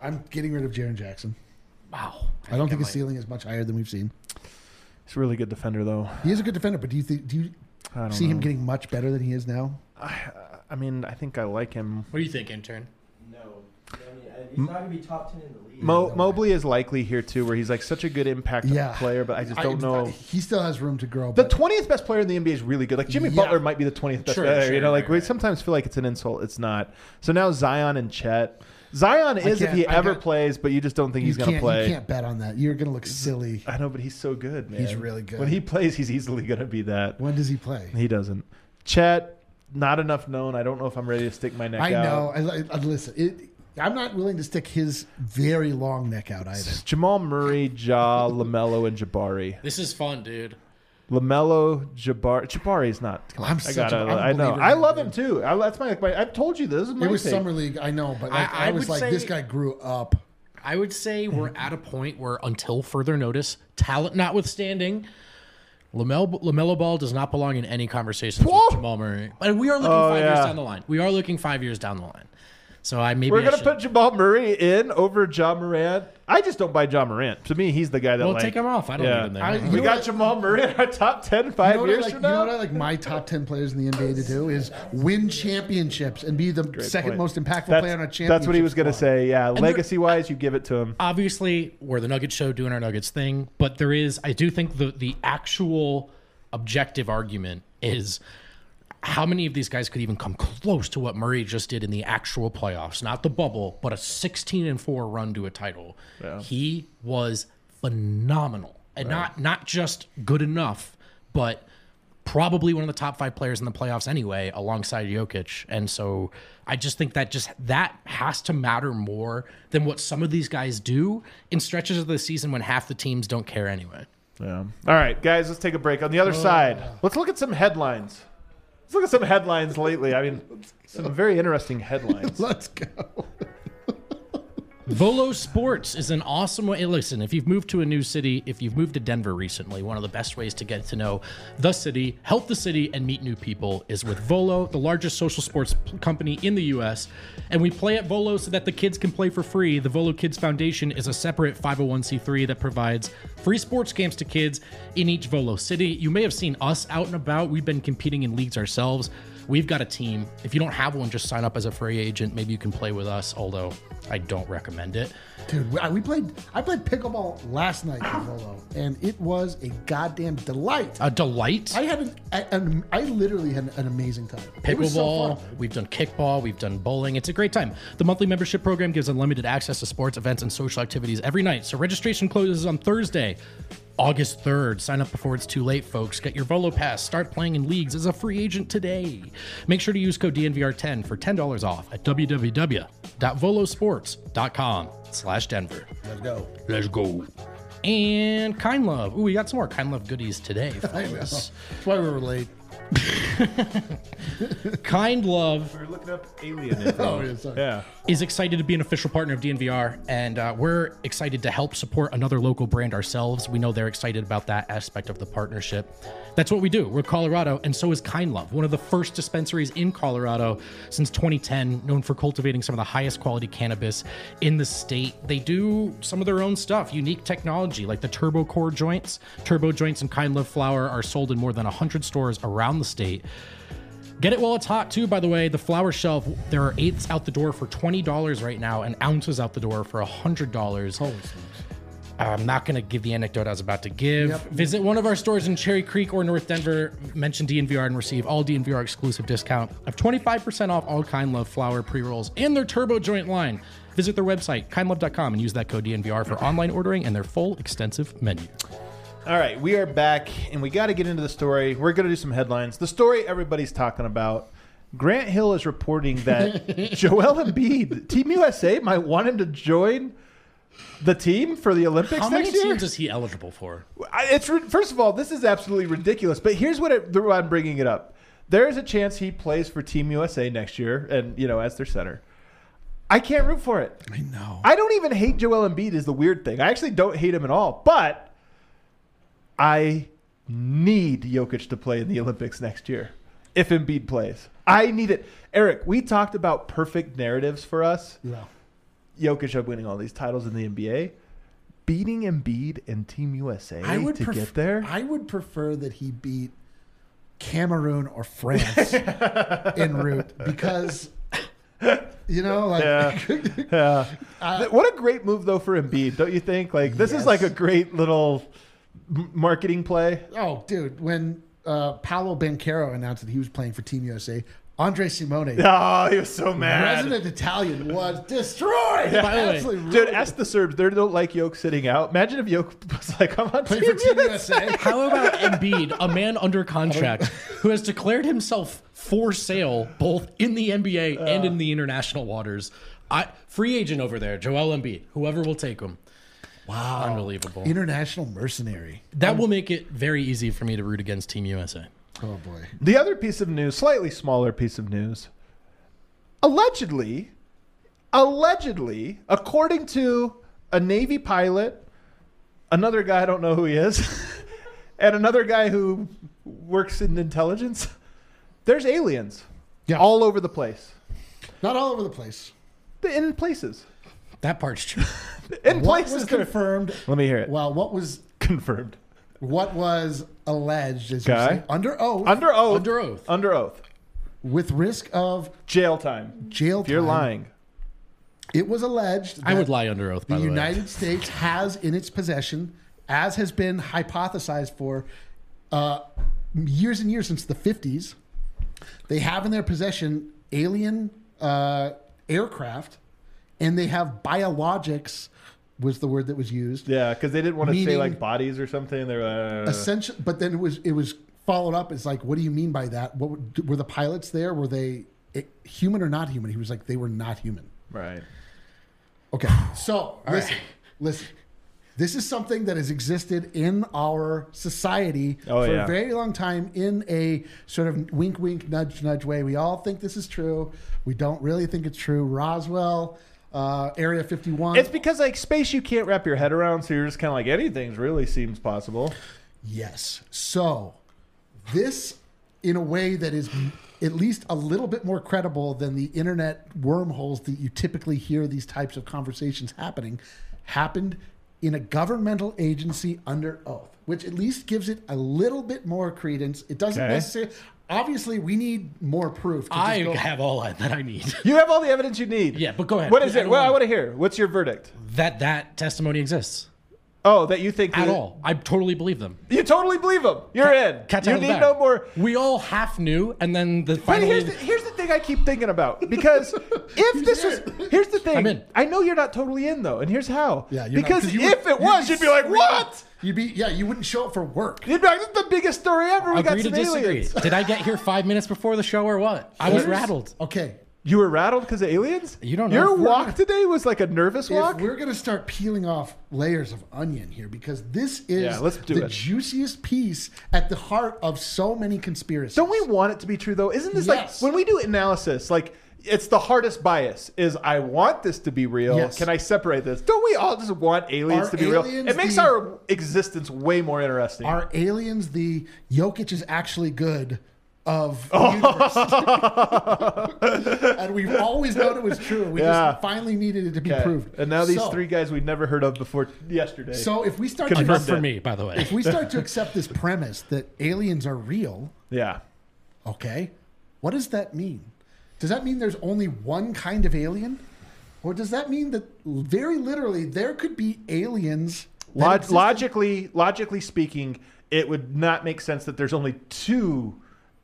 C: I'm getting rid of Jaron Jackson.
B: Wow.
C: I don't think
B: I'm
C: his ceiling is much higher than we've seen.
A: He's a really good defender, though.
C: He is a good defender, but do you think do you
A: I don't
C: see
A: know.
C: him getting much better than he is now?
A: I mean, I think I like him.
B: What do you think, intern?
D: No. I mean, uh, he's not going to be top 10 in the league.
A: Mo- Mobley is likely here too, where he's like such a good impact
C: Yeah.
A: player, but I just don't
C: I-
A: know.
C: He still has room to grow.
A: The
C: But
A: twentieth best player in the NBA is really good. Like Jimmy
C: Yeah.
A: Butler might be the twentieth best
B: Sure,
A: player. you
B: sure,
A: know, like
B: right,
A: we
B: right.
A: sometimes feel like it's an insult. It's not. So now Zion and Chet. Zion is if
C: can't-
A: he
C: I
A: ever
C: got-
A: plays, but you just don't think
C: you
A: he's going to
C: can't-
A: play.
C: You can't bet on that. You're gonna look silly.
A: I know, but he's so good, man.
C: He's really good.
A: When he plays, he's easily going to be that.
C: When does he play?
A: He doesn't. Chet, not enough known. I don't know if I'm ready to stick my neck
C: I
A: out.
C: know. I, I, I- listen, it, I'm not willing to stick his very long neck out either.
A: Jamal Murray, Ja, Lamelo, and Jabari.
B: This is fun, dude.
A: Lamelo, Jabari. Jabari's not. Come on,
C: I'm
A: I
C: such
A: gotta.
C: a- I'm a
A: I know.
C: believer
A: I
C: in
A: love
C: him,
A: him too. I, that's my, my. I've told you this. this is my
C: It was
A: take.
C: summer league, I know, but like,
B: I-
C: I,
B: I would
C: was like,
B: say-
C: this guy grew up.
B: I would say we're at a point where, until further notice, talent notwithstanding, Lamelo Lamelo Ball does not belong in any conversations
A: Whoa.
B: with Jamal Murray. But we are looking
A: Oh,
B: five
A: yeah.
B: years down the line. We are looking five years down the line. So I maybe
A: We're
B: I
A: gonna
B: should-
A: put Jamal Murray in over John Morant. I just don't buy John Morant. To me, he's the guy that
B: Well,
A: like,
B: take him off. I don't
A: yeah.
B: need him there.
C: I- you
A: we
C: know
A: got
C: what-
A: Jamal Murray in our top 10 five
C: You know what I
A: years
C: like-
A: from
C: You know
A: now.
C: what I like my top 10 players in the NBA to do is win championships and be the second
A: point.
C: most impactful player on a championship.
A: that's what he was going to
C: squad.
A: say. Yeah,
B: there-
A: legacy wise, you give it to him.
B: obviously we're the Nuggets show doing our Nuggets thing, but there is I do think the the actual objective argument is how many of these guys could even come close to what Murray just did in the actual playoffs, not the bubble, but a 16 and 4 run to a title. He was phenomenal. And not not just good enough, but probably one of the top five players in the playoffs anyway, alongside Jokic. And so I just think that just that has to matter more than what some of these guys do in stretches of the season when half the teams don't care anyway.
A: Yeah. All right, guys, let's take a break. On the
C: Oh.
A: other side, let's look at some headlines. Let's look at some headlines lately. I mean, some very interesting headlines.
C: Let's go.
B: Volo Sports is an awesome way. Listen, if you've moved to a new city, if you've moved to Denver recently, one of the best ways to get to know the city, help the city, and meet new people is with Volo, the largest social sports p- company in the U.S. And we play at Volo so that the kids can play for free. The Volo Kids Foundation is a separate 501c3 that provides free sports games to kids in each Volo city. You may have seen us out and about. We've been competing in leagues ourselves. We've got a team. If you don't have one, just sign up as a free agent. Maybe you can play with us, although I don't recommend it.
C: Dude, we, I- we played. I played pickleball last night in Volo, and it was a goddamn delight.
B: A Uh, delight.
C: I had an, I, an, I literally had an amazing time. It was so
B: Pickleball,
C: fun.
B: we've done kickball, we've done bowling. It's a great time. The monthly membership program gives unlimited access to sports, events, and social activities every night. So registration closes on Thursday, August 3rd. Sign up before it's too late, folks. Get your Volo Pass. Start playing in leagues as a free agent today. Make sure to use code DNVR10 for $10 off at www.volosports.com slash Denver.
C: Let's go.
B: Let's go. And Kind Love. Ooh, we got some more Kind Love goodies today,
C: I know.
B: fellas.
C: That's why we were late.
B: kind Love
A: We're looking up alien info.
C: Oh, yeah, sorry.
A: yeah.
B: is excited to be an official partner of DNVR, and uh, we're excited to help support another local brand ourselves. We know they're excited about that aspect of the partnership. That's what we do. We're Colorado, and so is Kind Love, one of the first dispensaries in Colorado since 2010, known for cultivating some of the highest quality cannabis in the state. They do some of their own stuff, unique technology like the Turbo Core joints. Turbo joints and Kind Love flower are sold in more than 100 stores around the state. Get it while it's hot too. By the way, the flower shelf. There are eighths out the door for twenty dollars right now, and ounces out the door for hundred dollars.
C: Holy smokes.
B: I'm not going to give the anecdote I was about to give. Visit one of our stores in Cherry Creek or North Denver. Mention DNVR and receive all DNVR exclusive discount of 25% off all Kind Love flower pre rolls and their turbo joint line. Visit their website kindlove.com and use that code DNVR for online ordering and their full extensive menu.
A: All right, we are back, and we got to get into the story. We're going to do some headlines. The story everybody's talking about. Grant Hill is reporting that Joel Embiid, Team USA, might want him to join the team for the Olympics
B: How many
A: next year.
B: teams is he eligible for?
A: I- it's ri- first of all, this is absolutely ridiculous. But here's what it, the, why I'm bringing it up: there is a chance he plays for Team USA next year, and you know, as their center. I can't root for it.
C: I know.
A: I don't even hate Joel Embiid is the weird thing. I actually don't hate him at all, but I need Jokic to play in the Olympics next year if Embiid plays. I need it. Eric, we talked about perfect narratives for us.
C: No.
A: Jokic up winning all these titles in the NBA. Beating Embiid and Team USA
C: I would
A: to
C: pref-
A: get there.
C: I would prefer that he beat Cameroon or France en route because you know, like
A: Yeah. Th- what a great move though for Embiid, don't you think? Like this is
C: Uh, Yes.
A: like a great little m- marketing play.
C: oh, dude, when uh, Paolo Banquero announced that he was playing for Team USA, Andre Simone,
A: Oh, he was so mad.
C: resident Italian, was
B: By
C: destroyed.
B: the way,
C: Absolutely ruined.
A: Dude, ask the Serbs. They don't like Yoke sitting out. Imagine if Yoke was like, I'm on
C: Play
A: team,
C: for Team
A: USA.
C: USA.
B: How about Embiid, a man under contract who has declared himself for sale both in the NBA and in the international waters? I, free agent over there, Joel Embiid, whoever will take him. Wow. Unbelievable.
C: International mercenary.
B: that will make it very easy for me to root against Team USA.
C: Oh boy.
A: The other piece of news, slightly smaller piece of news. Allegedly, allegedly, according to a Navy pilot, another guy, I don't know who he is, and another guy who works in intelligence, there's aliens
C: Yeah.
A: all over the place.
C: Not all over the place.
A: in places.
B: That part's true.
A: In
C: What
A: places.
C: was
A: they're-
C: confirmed?
A: Let me hear it.
C: Well, what was
A: confirmed.
C: what was alleged is
A: Okay.
C: under oath
A: Under oath.
B: Under oath.
A: Under oath.
C: with risk of
A: Jail time.
C: jail
A: If you're
C: time.
A: lying.
C: It was alleged.
B: I would
C: that
B: lie under oath. By
C: The
B: the,
C: United
B: way,
C: States has in its possession, as has been hypothesized for uh, years and years since the 50s, they have in their possession alien uh, aircraft and they have biologics, was the word that was used.
A: Yeah, because they didn't want to say
C: Meaning-
A: like bodies or something. They're like, uh,
C: Essential, but then it was it was followed up. It's like, what do you mean by that? What were- were the pilots there? Were they eh, human or not human? He was like, they were not human.
A: right.
C: Okay. So listen, listen. This is something that has existed in our society
A: Oh,
C: for
A: yeah.
C: a very long time in a sort of wink, wink, nudge, nudge way. We all think this is true. We don't really think it's true. Roswell, uh, Area 51.
A: It's because like space you can't wrap your head around, so you're just kind of like anything's really seems possible.
C: Yes. So, this, in a way that is m- at least a little bit more credible than the internet wormholes that you typically hear these types of conversations happening, happened in a governmental agency under oath, which at least gives it a little bit more credence. It doesn't
A: Okay.
C: necessarily. Obviously, we need more proof. to just
B: I
C: go-
B: have all I- that I need.
A: You have all the evidence you need.
B: Yeah, but go ahead.
A: What is
B: I
A: it?
B: don't
A: Well, I
B: wanna-
A: want to hear. What's your verdict?
B: that that testimony exists
A: Oh, that you think
B: at
A: that-
B: all. I totally believe them.
A: You totally believe him. You're in.
B: Cat's
A: you
B: out of the
A: need
B: bag.
A: no more.
B: We all half knew, and then the
A: But
B: final.
A: here's the, here's the thing I keep thinking about because if this was here's the thing
B: I'm in.
A: I know you're not totally in though, and here's how.
C: Yeah, you're not-
A: because
C: 'cause you would-
A: if it was,
C: be
A: you'd be like,
C: screaming.
A: what?
C: You'd be yeah. You wouldn't show up for work.
A: You'd be like, this is the biggest story ever. We got
B: Agree to
A: some
B: disagree.
A: aliens.
B: Did I get here five minutes before the show or what? I was
C: Here's-
B: rattled.
A: Oh,
C: Okay,
A: You were rattled because of aliens.
B: You don't know
A: Your
B: if we're-
A: walk today was like a nervous walk.
C: If we're gonna start peeling off layers of onion here because this is
A: Yeah, let's do
C: the
A: it.
C: juiciest piece at the heart of so many conspiracies.
A: Don't we want it to be true though? Isn't this
C: Yes.
A: like when we do analysis, like it's the hardest bias is I want this to be real.
C: Yes.
A: Can I separate this? Don't we all just want aliens
C: Are
A: to be real?
C: aliens
A: It makes
C: the-
A: our existence way more interesting.
C: Are aliens the Jokic is actually good of the universe? and we've always known it was true. We
A: Yeah.
C: just finally needed it to be
A: Okay.
C: proved.
A: And now these
C: So-
A: three guys we never heard of before yesterday.
C: So if we start
A: Confirmed
C: to
B: Not for
A: it.
B: me, by the way.
C: if we start to accept this premise that aliens are real,
A: yeah.
C: Okay. What does that mean? Does that mean there's only one kind of alien? Or does that mean that very literally there could be aliens? that
A: Log-
C: exist-
A: logically, logically speaking, it would not make sense that there's only two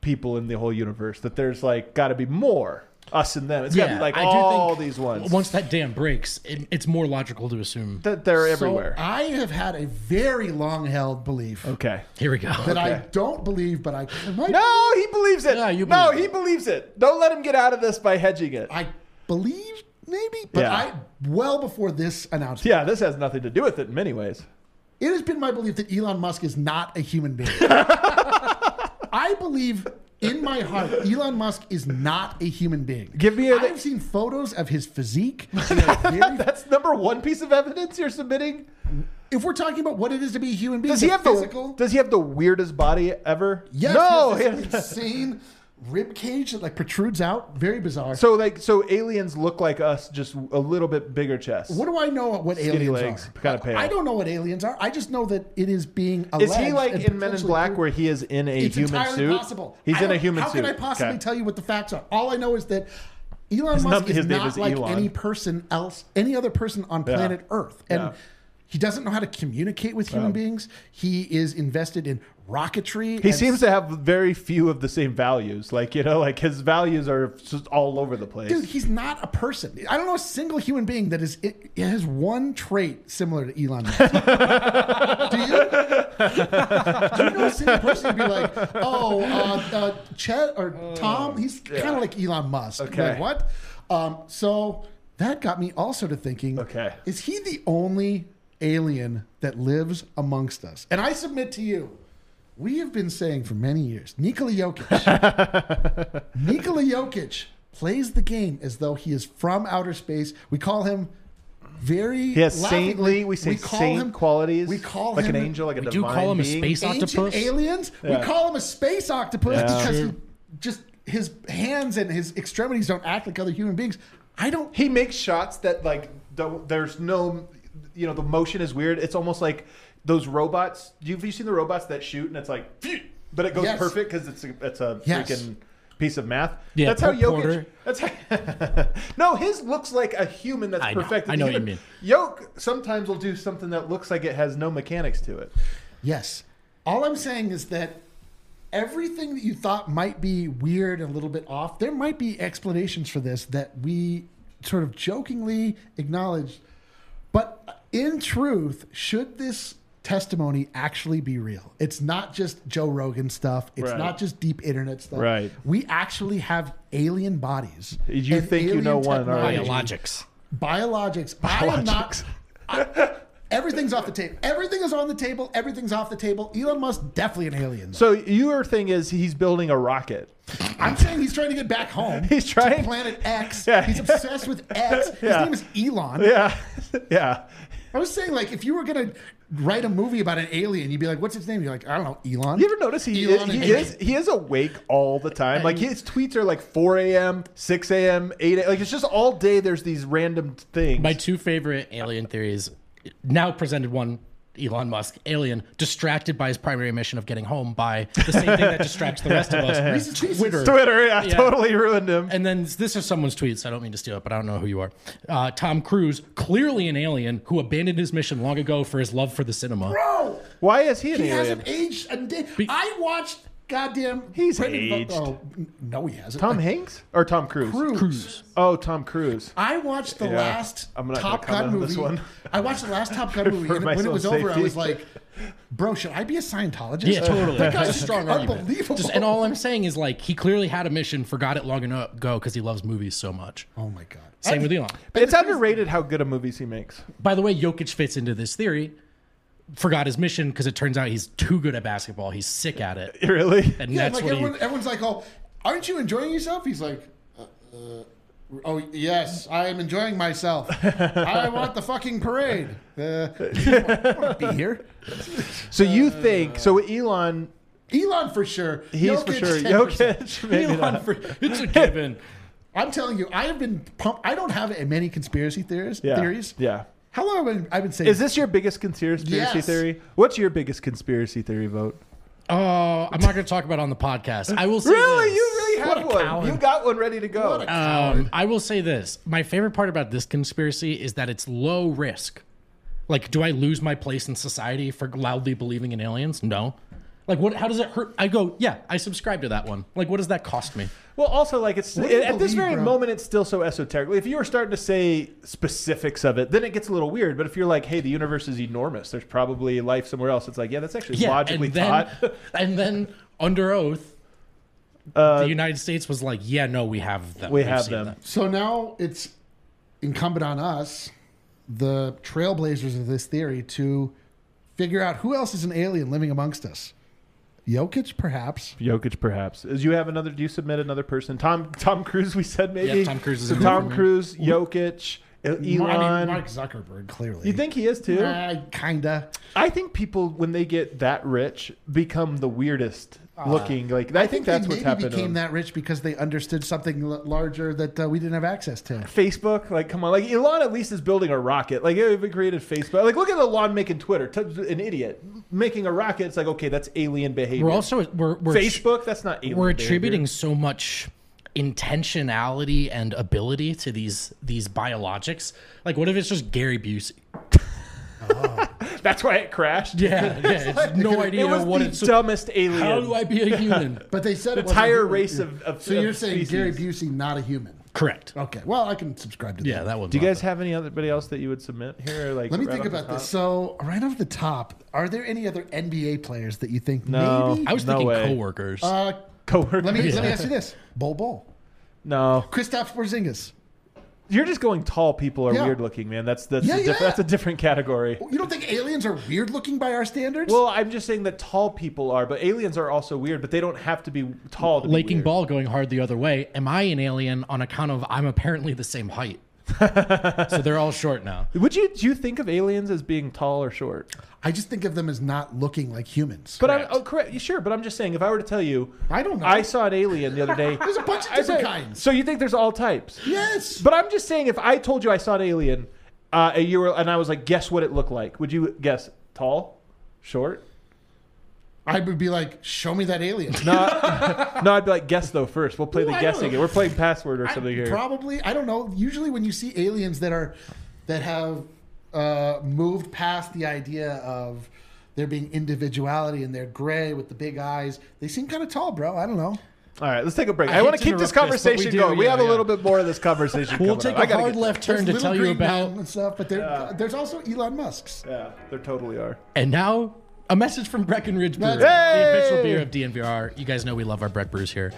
A: people in the whole universe. That there's like got to be more us and them. It's got to be like all these ones.
B: Once that dam breaks, it, it's more logical to assume.
A: that they're
C: So
A: everywhere.
C: I have had a very long held belief
A: okay.
B: Here we go.
C: that I
A: okay.
C: don't believe, but I might.
A: No, he believes it.
B: Yeah, you
A: no,
B: believe
A: he
B: it.
A: believes it. Don't let him get out of this by hedging it.
C: I believe maybe, but
A: Yeah.
C: I well before this announcement,
A: yeah, this has nothing to do with it in many ways.
C: it has been my belief that Elon Musk is not a human being. I believe in my heart Elon Musk is not a human being.
A: Give me a-
C: I've seen photos of his physique. They are very
A: That's number one piece of evidence you're submitting.
C: if we're talking about what it is to be a human being,
A: Does he
C: the
A: have
C: physical?
A: the Does he have the weirdest body ever?
C: yes,
A: No.
C: he has this
A: he has-
C: insane rib cage that like protrudes out. Very bizarre.
A: so like so aliens look like us, just a little bit bigger chest.
C: what do I know what aliens
A: legs,
C: are?
A: kinda pale.
C: I don't know what aliens are. I just know that it is being. Alleged
A: is he like
C: and
A: in Men in
C: potentially
A: Black
C: proved-
A: where he is in a
C: it's
A: human
C: entirely
A: suit?
C: Possible.
A: He's
C: I
A: in a
C: don't-
A: human
C: how
A: suit.
C: can I possibly
A: Okay.
C: tell you what the facts are? All I know is that Elon Musk
A: name-
C: is
A: his name
C: not
A: is
C: like
A: Elon.
C: any person else, any other person on planet Earth, and
A: Yeah.
C: he doesn't know how to communicate with human beings. He is invested in rocketry.
A: He
C: and
A: seems to have very few of the same values. Like you know, like his values are just all over the place.
C: Dude, he's not a person. I don't know a single human being that is it, it has one trait similar to Elon Musk. Do you? Do you know a single person to be like, oh, uh, uh, Chet or Tom? He's kind of like Elon Musk.
A: Oh, Okay.
C: Like, what? Um, so that got me also to thinking.
A: Okay.
C: Is he the only alien that lives amongst us? And I submit to you. We have been saying for many years, Nikola Jokic. Nikola Jokic plays the game as though he is from outer space. We call him very
A: he has
C: laughingly-
A: saintly. We say
C: call
A: saint
C: him-
A: qualities.
C: We call
A: like
C: him
A: an angel, like a
B: we do
A: divine
B: call him a
A: being.
B: space
C: ancient
B: octopus.
C: aliens.
A: Yeah.
C: We call him a space octopus
A: Yeah.
C: because he just his hands and his extremities don't act like other human beings.
A: I don't. He makes shots that like don't, there's no, you know, the motion is weird. It's almost like those robots. You've you seen the robots that shoot and it's like, phew, but it goes
C: Yes.
A: perfect because it's a, it's a
C: Yes.
A: freaking piece of math.
B: Yeah,
A: that's how
B: Port
A: Jokic.
B: Porter.
A: That's how, no, his looks like a human that's
B: I know.
A: perfected.
B: I know
A: the
B: what you
A: human.
B: mean.
A: Yoke sometimes will do something that looks like it has no mechanics to it.
C: Yes. All I'm saying is that everything that you thought might be weird and a little bit off, there might be explanations for this that we sort of jokingly acknowledged. But in truth, should this testimony actually be real? It's not just Joe Rogan stuff, it's
A: Right.
C: not just deep internet stuff.
A: Right.
C: We actually have alien bodies.
A: You
C: and
A: think you
C: alien
A: know one already.
C: technology.
B: Biologics.
C: Biologics. I am not. I- everything's off the table. Everything is on the table. Everything's off the table. Elon Musk definitely an alien. though.
A: So your thing is he's building a rocket.
C: I'm saying he's trying to get back home.
A: He's trying-
C: to planet X.
A: Yeah.
C: He's obsessed with X. His
A: Yeah.
C: name is Elon.
A: Yeah, yeah.
C: I was saying like if you were gonna write a movie about an alien, you'd be like, what's his name? You're like, I don't know, Elon.
A: You ever notice he
C: Elon
A: he
C: and
A: is
C: Elon.
A: he is awake all the time. Like his tweets are like 4 a.m., 6 a.m., 8 a.m. Like it's just all day. There's these random things.
B: My two favorite alien theories now presented one Elon Musk alien distracted by his primary mission of getting home by the same thing that distracts the rest of us
C: Reese's Pieces.
B: Twitter.
A: Twitter, yeah,
B: Yeah.
A: totally ruined him.
B: And then this is someone's tweet, so I don't mean to steal it, but I don't know who you are. Uh, Tom Cruise, clearly an alien who abandoned his mission long ago for his love for the cinema.
C: Bro,
A: Why is he an
C: he
A: alien?
C: hasn't aged a day. I watched goddamn.
A: He's
C: Brendan Fu-
A: aged.
C: Oh, n- no, he hasn't.
A: Tom Hanks or Tom Cruise?
C: Cruise.
A: Oh, Tom Cruise.
C: I watched the
A: Yeah.
C: last
A: I'm not
C: Top
A: gonna
C: Gun
A: comment on
C: movie.
A: this one.
C: I watched the last Top Gun movie,
A: For
C: and
A: my
C: when it was
A: own
C: over, I
A: safety.
C: was like, "Bro, should I be a Scientologist?"
B: Yeah, totally.
C: That guy's
B: That's uh, a strong argument.
C: unbelievable.
B: Just, and all I'm saying is like he clearly had a mission, forgot it long enough ago because he loves movies so much.
C: oh my god.
B: Same with Elon.
A: It's underrated how good of movies he makes.
B: By the way, Jokic fits into this theory. Forgot his mission because it turns out he's too good at basketball. He's sick at it,
A: Really?
B: and
C: Yeah,
B: that's
C: like
B: what
C: everyone,
B: he.
C: everyone's like, "Oh, aren't you enjoying yourself?" He's like, uh, uh, "Oh yes, I am enjoying myself. I want the fucking parade. Uh, I want to be here."
A: So you
B: uh,
A: think? So Elon,
C: Elon for sure.
A: he's for
C: Jokic,
A: sure
C: 10%.
A: Jokic. Maybe
B: Elon,
A: not.
B: for, it's a given.
C: I'm telling you, I have been pumped. I don't have many conspiracy theories.
A: Yeah.
C: Theories.
A: Yeah.
C: How long have I been, I've been saying?
A: Is this your biggest conspiracy
C: Yes.
A: theory? What's your biggest conspiracy theory vote?
B: Oh, I'm not going to talk about it on the podcast. I will say
A: Really?
B: this.
A: You really
B: What
A: have
B: a
A: one.
B: coward.
A: You got one ready to go.
C: What a-
B: Um, I will say this. My favorite part about this conspiracy is that it's low risk. Like, do I lose my place in society for loudly believing in aliens? No. Like, what? How does it hurt? I go, yeah, I subscribe to that one. Like, what does that cost me?
A: well, also, like, it's
C: do you
A: at this
C: believe,
A: very
C: bro?
A: moment, it's still so esoteric. If you were starting to say specifics of it, then it gets a little weird. But if you're like, hey, the universe is enormous, there's probably life somewhere else, it's like, yeah, that's actually
B: Yeah,
A: logically
B: and then,
A: taught.
B: and then under oath, the United States was like, yeah, no, we have them.
A: Uh, We
B: We've
A: have
B: seen
A: them.
B: them.
C: So now it's incumbent on us, the trailblazers of this theory, to figure out who else is an alien living amongst us. Jokic, perhaps.
A: Jokic, perhaps. Is you have another? Do you submit another person? Tom Tom Cruise. We said maybe.
B: Yeah, Tom Cruise is
A: So
B: in there
A: Tom
B: for me.
A: Cruise, Jokic, E- Elon.
C: I mean, Mark Zuckerberg, clearly.
A: you think he is too?
C: Uh, kinda.
A: I think people, when they get that rich, become the weirdest
B: Ah.
A: looking. Like I, think, that's
C: they
A: what's
C: maybe
A: happened. to
C: became
A: him.
C: that rich because they understood something l- larger that uh, we didn't have access to.
A: Facebook, like come on, like Elon at least is building a rocket. Like yeah, we created Facebook. Like look at Elon making Twitter. T- an idiot making a rocket. It's like okay, that's alien behavior.
B: We're also, we're, we're
A: Facebook. That's not alien.
B: we're
A: behavior.
B: attributing so much intentionality and ability to these these biologics. Like, what if it's just Gary Busey?
A: That's why it crashed.
B: Yeah, yeah. It's no idea
A: it was
B: what
A: the
B: it's.
A: dumbest alien.
B: How do I be a human?
C: But they said it wasn't
A: Entire
C: human.
A: race of, of
C: So you're
A: of
C: saying
A: species.
C: Gary Busey, not a human?
B: Correct.
C: Okay. Well, I can subscribe to that.
B: Yeah, that one.
A: Do you guys have any anybody else that you would submit here? Like,
C: Let me
A: right
C: think
A: off the
C: about this.
A: top?
C: So, right off the top, are there any other NBA players that you think
A: No.
C: maybe?
B: I was
A: No
B: thinking
A: way.
B: coworkers.
C: Uh,
A: Coworker.
C: let me let me ask you this: Bol Bol,
A: No,
C: Kristaps Porzingis.
A: you're just going tall. People are
C: Yeah.
A: weird looking, man. That's that's a
C: Yeah,
A: diff-
C: yeah.
A: that's a different category.
C: You don't think aliens are weird looking by our standards?
A: Well, I'm just saying that tall people are, but aliens are also weird. But they don't have to be tall. To be
B: Laking
A: weird.
B: ball going hard the other way. Am I an alien on account of I'm apparently the same height? so they're all short now.
A: Would you do you think of aliens as being tall or short?
C: I just think of them as not looking like humans.
A: But I
B: Correct.
A: oh correct yeah, sure. But I'm just saying if I were to tell you,
C: I don't know.
A: I saw an alien the other day.
C: There's a bunch of
A: I
C: different
A: said-
C: kinds.
A: So you think there's all types?
C: yes.
A: But I'm just saying if I told you I saw an alien, uh, and you were and I was like, guess what it looked like? Would you guess tall, short?
C: I would be like, show me that alien.
A: No, I'd be like guess though first. We'll play the
C: Well, I don't
A: guessing.
C: know.
A: game. We're playing password or
C: I-
A: something here.
C: Probably, I don't know. Usually, when you see aliens that are that have uh, moved past the idea of there being individuality and they're gray with the big eyes, they seem kind of tall, bro. I don't know.
A: all right, let's take a break.
B: I
A: I, want
B: hate
A: to
B: to
A: keep this
B: interrupt this, but we
A: conversation
B: do,
A: going. we
B: yeah,
A: have a
B: yeah.
A: little bit more of this conversation.
B: We'll
A: coming
B: take
A: up. I
B: a
A: gotta
B: hard
A: get-
B: left turn to
C: There's
B: tell
C: little
B: you
C: green men
B: about.
C: and stuff, but there, there's also Elon Musk's.
A: Yeah, there totally are.
B: And now, a message from Breckenridge Brewery,
A: Hey!
B: the official beer of DNVR. You guys know we love our Breck Brews here.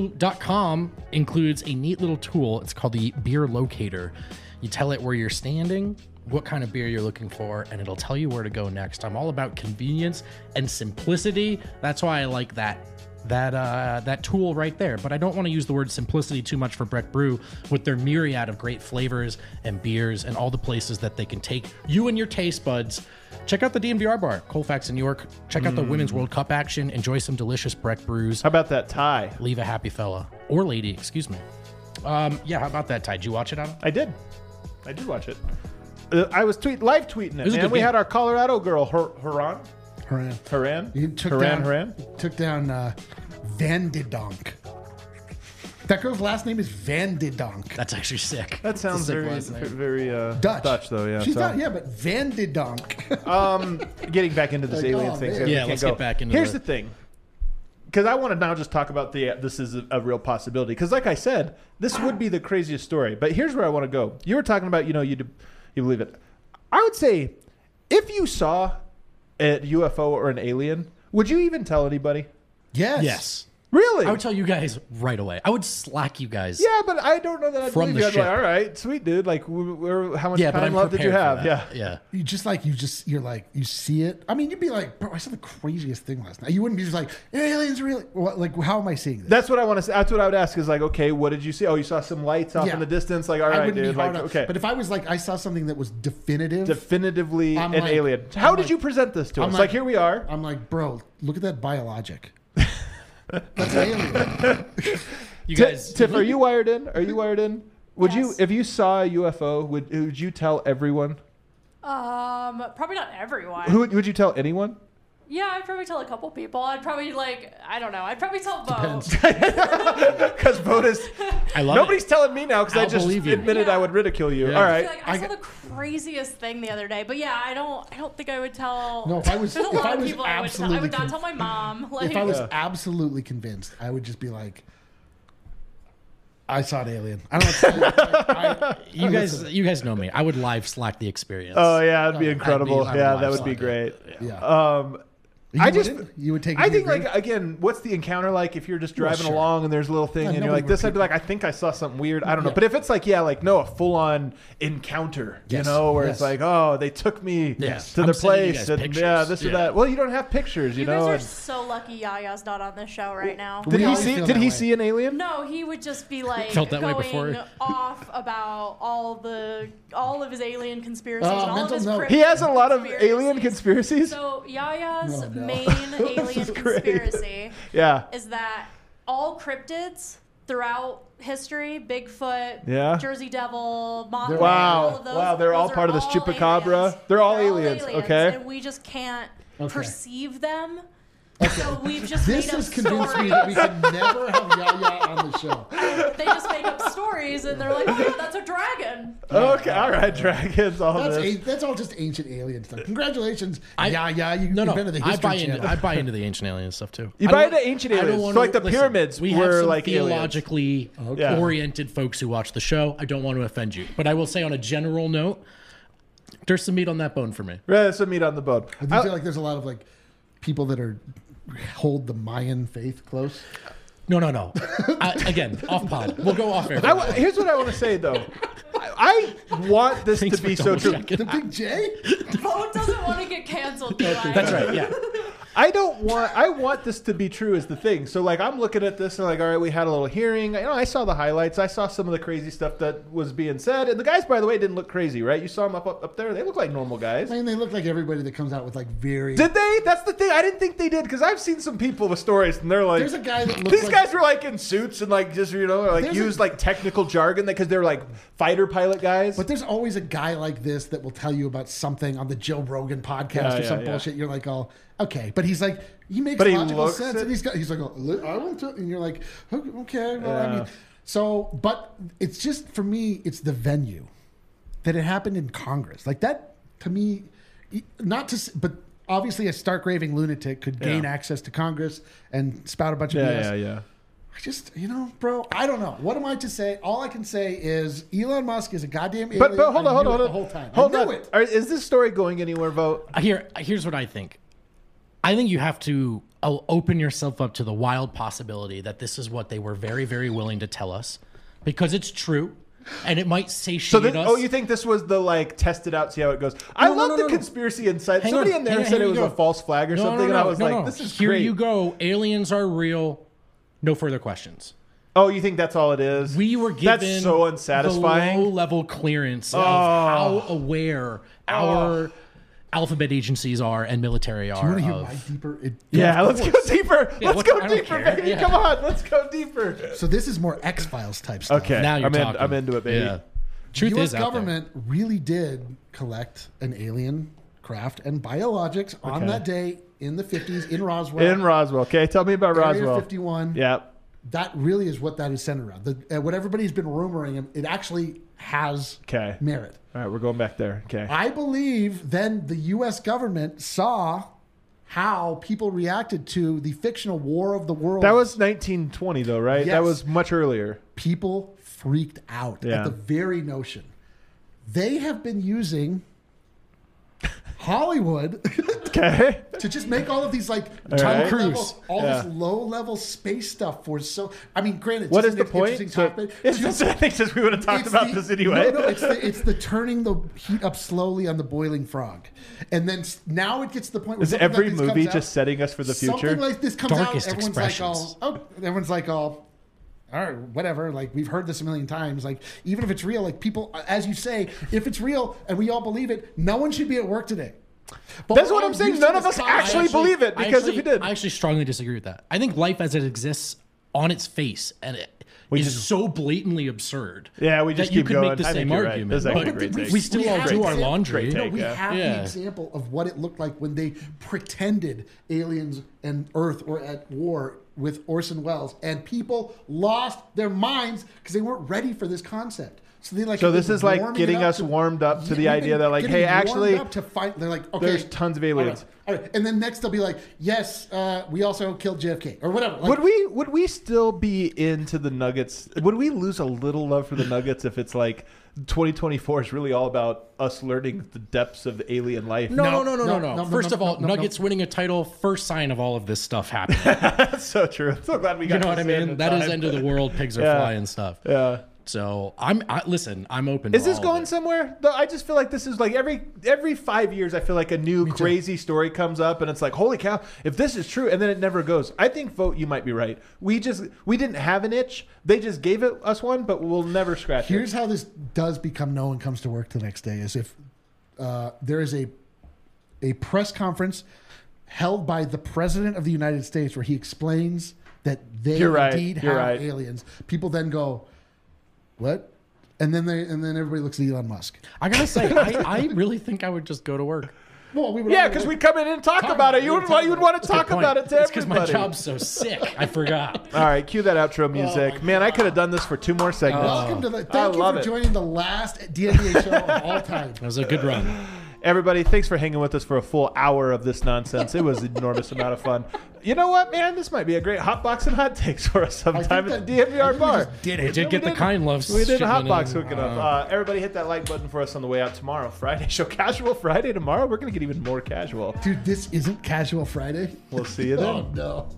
B: BreckBrew.com includes a neat little tool. It's called the Beer Locator. You tell it where you're standing, what kind of beer you're looking for, and it'll tell you where to go next. I'm all about convenience and simplicity. That's why I like that that uh, that tool right there. But I don't want to use the word simplicity too much for Breck Brew with their myriad of great flavors and beers and all the places that they can take you and your taste buds. Check out the DMVR bar, Colfax in New York. Check out
A: Mm.
B: the Women's World Cup action. Enjoy some delicious Breck Brews.
A: How about that tie?
B: Leave a happy fella or lady, excuse me. Um, yeah, how about that, Ty? Did you watch it, Adam?
A: I did. I did watch it. Uh, I was tweet live tweeting it,
B: was a
A: man.
B: good
A: We
B: game.
A: had our Colorado girl, Her- Haran.
C: Haran.
A: Haran.
C: You took
A: Haran.
C: down
A: Haran.
C: took down uh, Vandedonk. That girl's last name is Vandedonk.
B: That's actually sick.
A: That sounds
B: sick
A: very,
B: last name.
A: very uh,
C: Dutch.
A: though. Yeah.
C: She's
A: so-
C: not, yeah, but Vandedonk.
A: Um, getting back into this
C: Like,
A: alien
C: oh,
A: thing.
C: man.
A: so we
B: Yeah,
A: can't
B: let's
A: go.
B: get back into
A: Here's the,
B: the-
A: thing, because I want to now just talk about the this is a, a real possibility. Because like I said, this would be the craziest story. But here's where I want to go. You were talking about you know you do, you believe it. I would say if you saw a UFO or an alien, would you even tell anybody?
C: yes.
B: Yes.
A: Really?
B: I would tell you guys right away. I would slack you guys.
A: yeah, but I don't know that I'd
B: From
A: believe
B: the
A: you. I'd be like,
B: ship.
A: all right, sweet dude. Like, we we're, how much
B: Yeah, but
A: time
B: I'm
A: left did you
B: prepared
A: have?
B: for
A: Yeah.
B: that. Yeah.
C: You just like you just you're like you see it. I mean, you'd be like, bro, I saw the craziest thing last night. You wouldn't be just like aliens, really? What, like, how am I seeing this?
A: That's what I want to say. That's what I would ask is like, okay, what did you see? Oh, you saw some lights off
C: Yeah.
A: in the distance. Like, all
C: I
A: right,
C: wouldn't
A: dude.
C: be hard
A: Like,
C: on.
A: okay.
C: But if I was like, I saw something that was definitive.
A: definitively
C: I'm
A: an
C: like-
A: alien.
C: I'm
A: How did
C: like-
A: you present this to
C: I'm
A: us? Like,
C: like-
A: here we are.
C: I'm like, bro, look at that biologic. That's alien.
B: You
A: Ti-
B: guys.
A: Tiff, are you wired in? Are you wired in? Would you, if you saw a UFO, would would you tell everyone?
E: Um, probably not everyone.
A: Who would, would you tell anyone?
E: Yeah, I'd probably tell a couple people. I'd probably like, I don't know. I'd probably tell Bo.
A: Because bonus,
B: I love it.
A: nobody's telling me now because I
B: I'll
A: just
B: believe you.
A: admitted I
E: Yeah.
A: would ridicule you.
B: Yeah.
A: All
E: I,
A: right,
E: feel like, I,
C: I
E: saw
C: got-
E: the craziest thing the other day, but yeah, I don't. I don't think I would tell.
C: No, if I was-
E: there's a
C: if
E: lot
C: I
E: of
C: was
E: people I would tell. I would
C: absolutely
E: not tell my mom. Like,
C: if I was absolutely convinced, I would just be like, I saw an alien. I don't. Know, I,
B: You guys, you guys know me. I would live slack the experience.
A: Oh yeah, that'd be incredible.
B: I would
A: yeah,
B: live
A: that would be
B: slide
A: great.
B: it.
C: yeah.
A: Um,
C: You
A: I just
C: wouldn't? You would take it
A: I
C: to the
A: think like
C: grave?
A: again, what's the encounter like if you're just driving
C: sure.
A: along and there's a little thing
C: Yeah,
A: and you're
C: nobody
A: like this?
C: would
A: I'd be like, I think I saw something weird. I don't know.
C: Yeah.
A: But if it's like yeah, like no, a full on encounter,
C: Yes,
A: you know, where it's
C: yes.
A: like oh, they took me
B: Yes.
A: to
B: I'm
A: the
B: sending you
A: place
B: guys
A: and
B: pictures.
A: yeah, this or
B: Yeah.
A: that. Well, you don't have pictures, you,
E: you
A: know.
E: guys are
A: and-
E: so lucky. Yaya's not on this show right now.
A: did he
C: always
A: see?
C: feel
A: Did
C: that
A: he
C: way.
A: see an alien?
E: No, he would just be like
B: Felt that way
E: going
B: before.
E: off about all the all of his alien conspiracies
C: Uh,
E: and all of
C: mental
E: his
C: note.
E: cryptic
A: He has a lot of alien conspiracies.
E: conspiracies. So Yaya's
C: Oh, no.
E: main alien
A: great.
E: conspiracy
A: yeah.
E: is that all cryptids throughout history, Bigfoot,
A: Yeah.
E: Jersey Devil, Mothman,
A: Wow.
E: all of those,
A: Wow, they're
E: those
A: all
E: are
A: part of this
E: all
A: chupacabra?
E: aliens.
A: They're all aliens, okay.
E: And we just can't
C: Okay.
E: perceive them. So we've just
C: This
E: made up
C: has convinced
E: stories.
C: me that we can never have Yaya on the show.
E: they just make up stories and they're like, oh yeah, that's a dragon.
A: Okay. All right. Dragons. All
C: That's,
A: this. Uh,
C: a, that's all just ancient alien stuff. Congratulations,
B: I-
C: Yaya. You
B: No, no,
C: invented the
B: I
C: history
B: buy into
C: channel.
B: I buy into the ancient alien stuff too.
A: You
B: I
A: buy
B: don't-
A: into ancient
B: I don't
A: aliens.
B: wanna-
A: So, like, the
B: listen,
A: pyramids
B: we
A: were,
B: have some
A: like, aliens.
B: theologically
A: Yeah.
B: oriented folks who watch the show. I don't want to offend you, but I will say on a general note, there's some meat on that bone for me.
A: Yeah, some meat on the bone.
C: I do feel like there's a lot of like people that are hold the Mayan faith close.
B: No, no, no. I, again, off pod. We'll go off air.
A: I w- here's what I want to say though. I, I want this
B: Thanks
A: to
B: for
A: be so
B: double
A: true.
B: checking.
C: The big J.
E: Bo doesn't want to get canceled, do I?
B: That's right. Yeah.
A: I don't want. I want this to be true. Is the thing. So like, I'm looking at this and like, all right, we had a little hearing. You know, I saw the highlights. I saw some of the crazy stuff that was being said. And the guys, by the way, didn't look crazy, right? You saw them up up, up there. They look like normal guys.
C: I mean, they look like everybody that comes out with like very.
A: Did they? That's the thing. I didn't think they did because I've seen some people with stories and they're like,
C: There's a guy that looks
A: These
C: like-
A: guys were like in suits and like just you know like
C: There's a-
A: used like technical jargon because they're like fighter pilot guys.
C: But there's always a guy like this that will tell you about something on the Joe Rogan podcast
A: Yeah,
C: or
A: yeah,
C: some
A: yeah.
C: bullshit. You're like, oh, okay. But he's like, he makes
A: But he
C: logical
A: looks
C: sense.
A: it-
C: And he's got, he's like, oh, I will tell. And you're like, "Okay, okay. Well, I
A: Yeah.
C: mean, so, but it's just for me, it's the venue that it happened in Congress. Like that to me, not to, s- but obviously a stark raving lunatic could gain
A: Yeah.
C: access to Congress and spout a bunch of BS.
A: yeah, yeah, yeah.
C: I just, you know, bro, I don't know. What am I to say? All I can say is Elon Musk is a goddamn alien.
A: But but hold
C: I
A: on, hold
C: knew
A: on, hold
C: it
A: on.
C: The whole time.
A: Hold
C: I knew
A: on.
C: it.
A: Are- Is this story going anywhere, Vote?
B: Here, here's what I think. I think you have to o- open yourself up to the wild possibility that this is what they were very, very willing to tell us, because it's true, and it might satiate
A: So this,
B: us.
A: oh, you think this was the like test it out, see how it goes? I
B: No, no,
A: love
B: no,
A: the
B: no.
A: conspiracy inside.
B: Hang
A: Somebody
B: on,
A: in there
B: hang on,
A: said it
B: here we
A: was
B: go.
A: a false flag or
B: No,
A: something,
B: no,
A: and I
B: no,
A: was
B: no,
A: like,
B: no.
A: this is
B: here
A: great.
B: you go. Aliens are real. No further questions.
A: Oh, you think that's all it is?
B: We were given
A: that's so
B: the low
A: unsatisfying. Oh.
B: level clearance of how aware our alphabet agencies are and military
C: I
B: are.
C: want to hear
B: of-
C: why deeper. It,
A: Yeah, let's go deeper. let's
B: what-
A: go
B: I don't
A: deeper,
B: care.
A: baby.
B: Yeah.
A: Come on, let's go deeper.
C: So this is more X Files type stuff.
A: Okay,
B: now you're
A: I'm,
B: talking.
A: in, I'm into it, baby.
B: Yeah. Truth
C: U.S.
B: is out there.
C: government really did collect an alien craft and biologics on that day in the 50s in Roswell.
A: In Roswell, okay. Tell me about
C: Area
A: Roswell.
C: 51.
A: Yeah.
C: That really is what that is centered around. The, uh, what everybody's been rumoring, it actually has
A: Okay.
C: merit.
A: All right, we're going back there. Okay.
C: I believe then the U.S. government saw how people reacted to the fictional War of the Worlds.
A: That was 1920, though, right? That
C: Yes.
A: was much earlier.
C: people freaked out
A: Yeah.
C: at the very notion. They have been using Hollywood
A: Okay.
C: to just make all of these like
A: right.
C: low
B: Cruise.
C: all
A: Yeah.
C: this low level space stuff for so. I mean, granted,
A: What
C: just
A: is
C: an
A: the point?
C: interesting
A: So-
C: topic.
A: It's just- I think since we would have talked
C: It's
A: about
C: the-
A: this anyway.
C: No, no, it's the, it's the turning the heat up slowly on the boiling frog, and then s- now it gets to the point. Where
A: Is
C: something like
A: every
C: this
A: movie
C: comes out-
A: just setting us for the future?
C: Something like this comes
B: Darkest
C: out, everyone's
B: expressions.
C: like, all, oh, everyone's like, all, all right, whatever. Like we've heard this a million times. Like even if it's real, like people, as you say, if it's real and we all believe it, no one should be at work today. But
A: That's
C: we're
A: what
C: all
A: I'm saying.
C: used to
A: None of
C: this
A: us
C: concept.
A: actually believe it,
B: I
A: because if
B: actually-
A: you did-
B: I actually strongly disagree with that. I think life as it exists on its face and it is so blatantly absurd.
A: Yeah, we just
B: that you
A: keep
B: could
A: going.
B: make the
A: I think
B: same
A: you're right.
B: argument.
A: This is actually
B: but
A: a great take.
B: we still
C: We
B: all
C: have
B: do
C: to
B: our
C: take.
B: laundry.
A: Great
C: No,
A: take.
C: we
A: yeah.
C: have
B: Yeah.
C: an example of what it looked like when they pretended aliens and Earth were at war with Orson Welles, and people lost their minds because they weren't ready for this concept. So they like
A: So
C: have
A: this
C: been
A: is like
C: warming it
A: getting
C: up
A: us
C: to-
A: warmed up to
C: Yeah,
A: the
C: we've
A: idea
C: been
A: that, like,
C: getting
A: hey,
C: warmed
A: actually,
C: up to fight. They're like, okay,
A: there's tons of aliens.
C: All right, all right. and then next they'll be like, yes, uh, we also killed JFK or whatever. Like,
A: Would we would we still be into the Nuggets? Would we lose a little love for the Nuggets if it's like 2024 is really all about us learning the depths of alien life?
B: No, no, no, no, no,
C: no,
B: no.
C: no, no,
B: First of
C: no,
B: all,
C: no, no,
B: Nuggets winning a title, first sign of all of this stuff happening.
A: that's so true. I'm so glad we got.
B: you know what I
A: this in
B: mean?
A: in
B: That is
A: time.
B: end of the world. Pigs are
A: Yeah.
B: flying stuff.
A: Yeah.
B: So I'm I, listen. I'm open.
A: Is
B: to
A: this
B: all of
A: going
B: it.
A: somewhere? Though I just feel like this is like every every five years, I feel like a new crazy story comes up, and it's like, holy cow, if this is true, and then it never goes. I think vote you might be right. We just we didn't have an itch; they just gave it us one, but we'll never scratch
C: Here's
A: it.
C: how this does become no one comes to work the next day is if uh, there is a a press conference held by the president of the United States where he explains that they
A: You're right.
C: indeed
A: You're
C: have
A: right.
C: aliens. People then go, "What?" And then they and then everybody looks at Elon Musk.
B: I gotta say, I, I really think I would just go to work.
C: Well, we would
A: Yeah,
C: all-
A: because we come in and talk about it. You would you would want to talk about it to
B: It's because my
A: everybody.
B: job's so sick. I forgot.
A: All right, cue that outro music. Man, I could have done this for two more segments.
C: Welcome to the. Thank you
A: Oh, love
C: for
A: it.
C: joining the last DNBA show of all time.
B: That was a good run.
A: Everybody, thanks for hanging with us for a full hour of this nonsense. It was an enormous amount of fun. You know what, man? This might be a great hot box and hot takes for us sometime at the
C: that- I think
A: DMVR
C: we
A: bar.
C: just
B: did it. We did
A: No,
B: get the
A: didn't.
B: kind love
A: We did a hot
B: shipment
A: box
B: in. Oh.
A: hooking up.
B: Wow.
A: Uh, everybody, hit that like button for us on the way out tomorrow. Friday show, casual Friday tomorrow. We're gonna get even more casual.
C: Dude, this isn't Casual Friday.
A: We'll see you then.
C: No.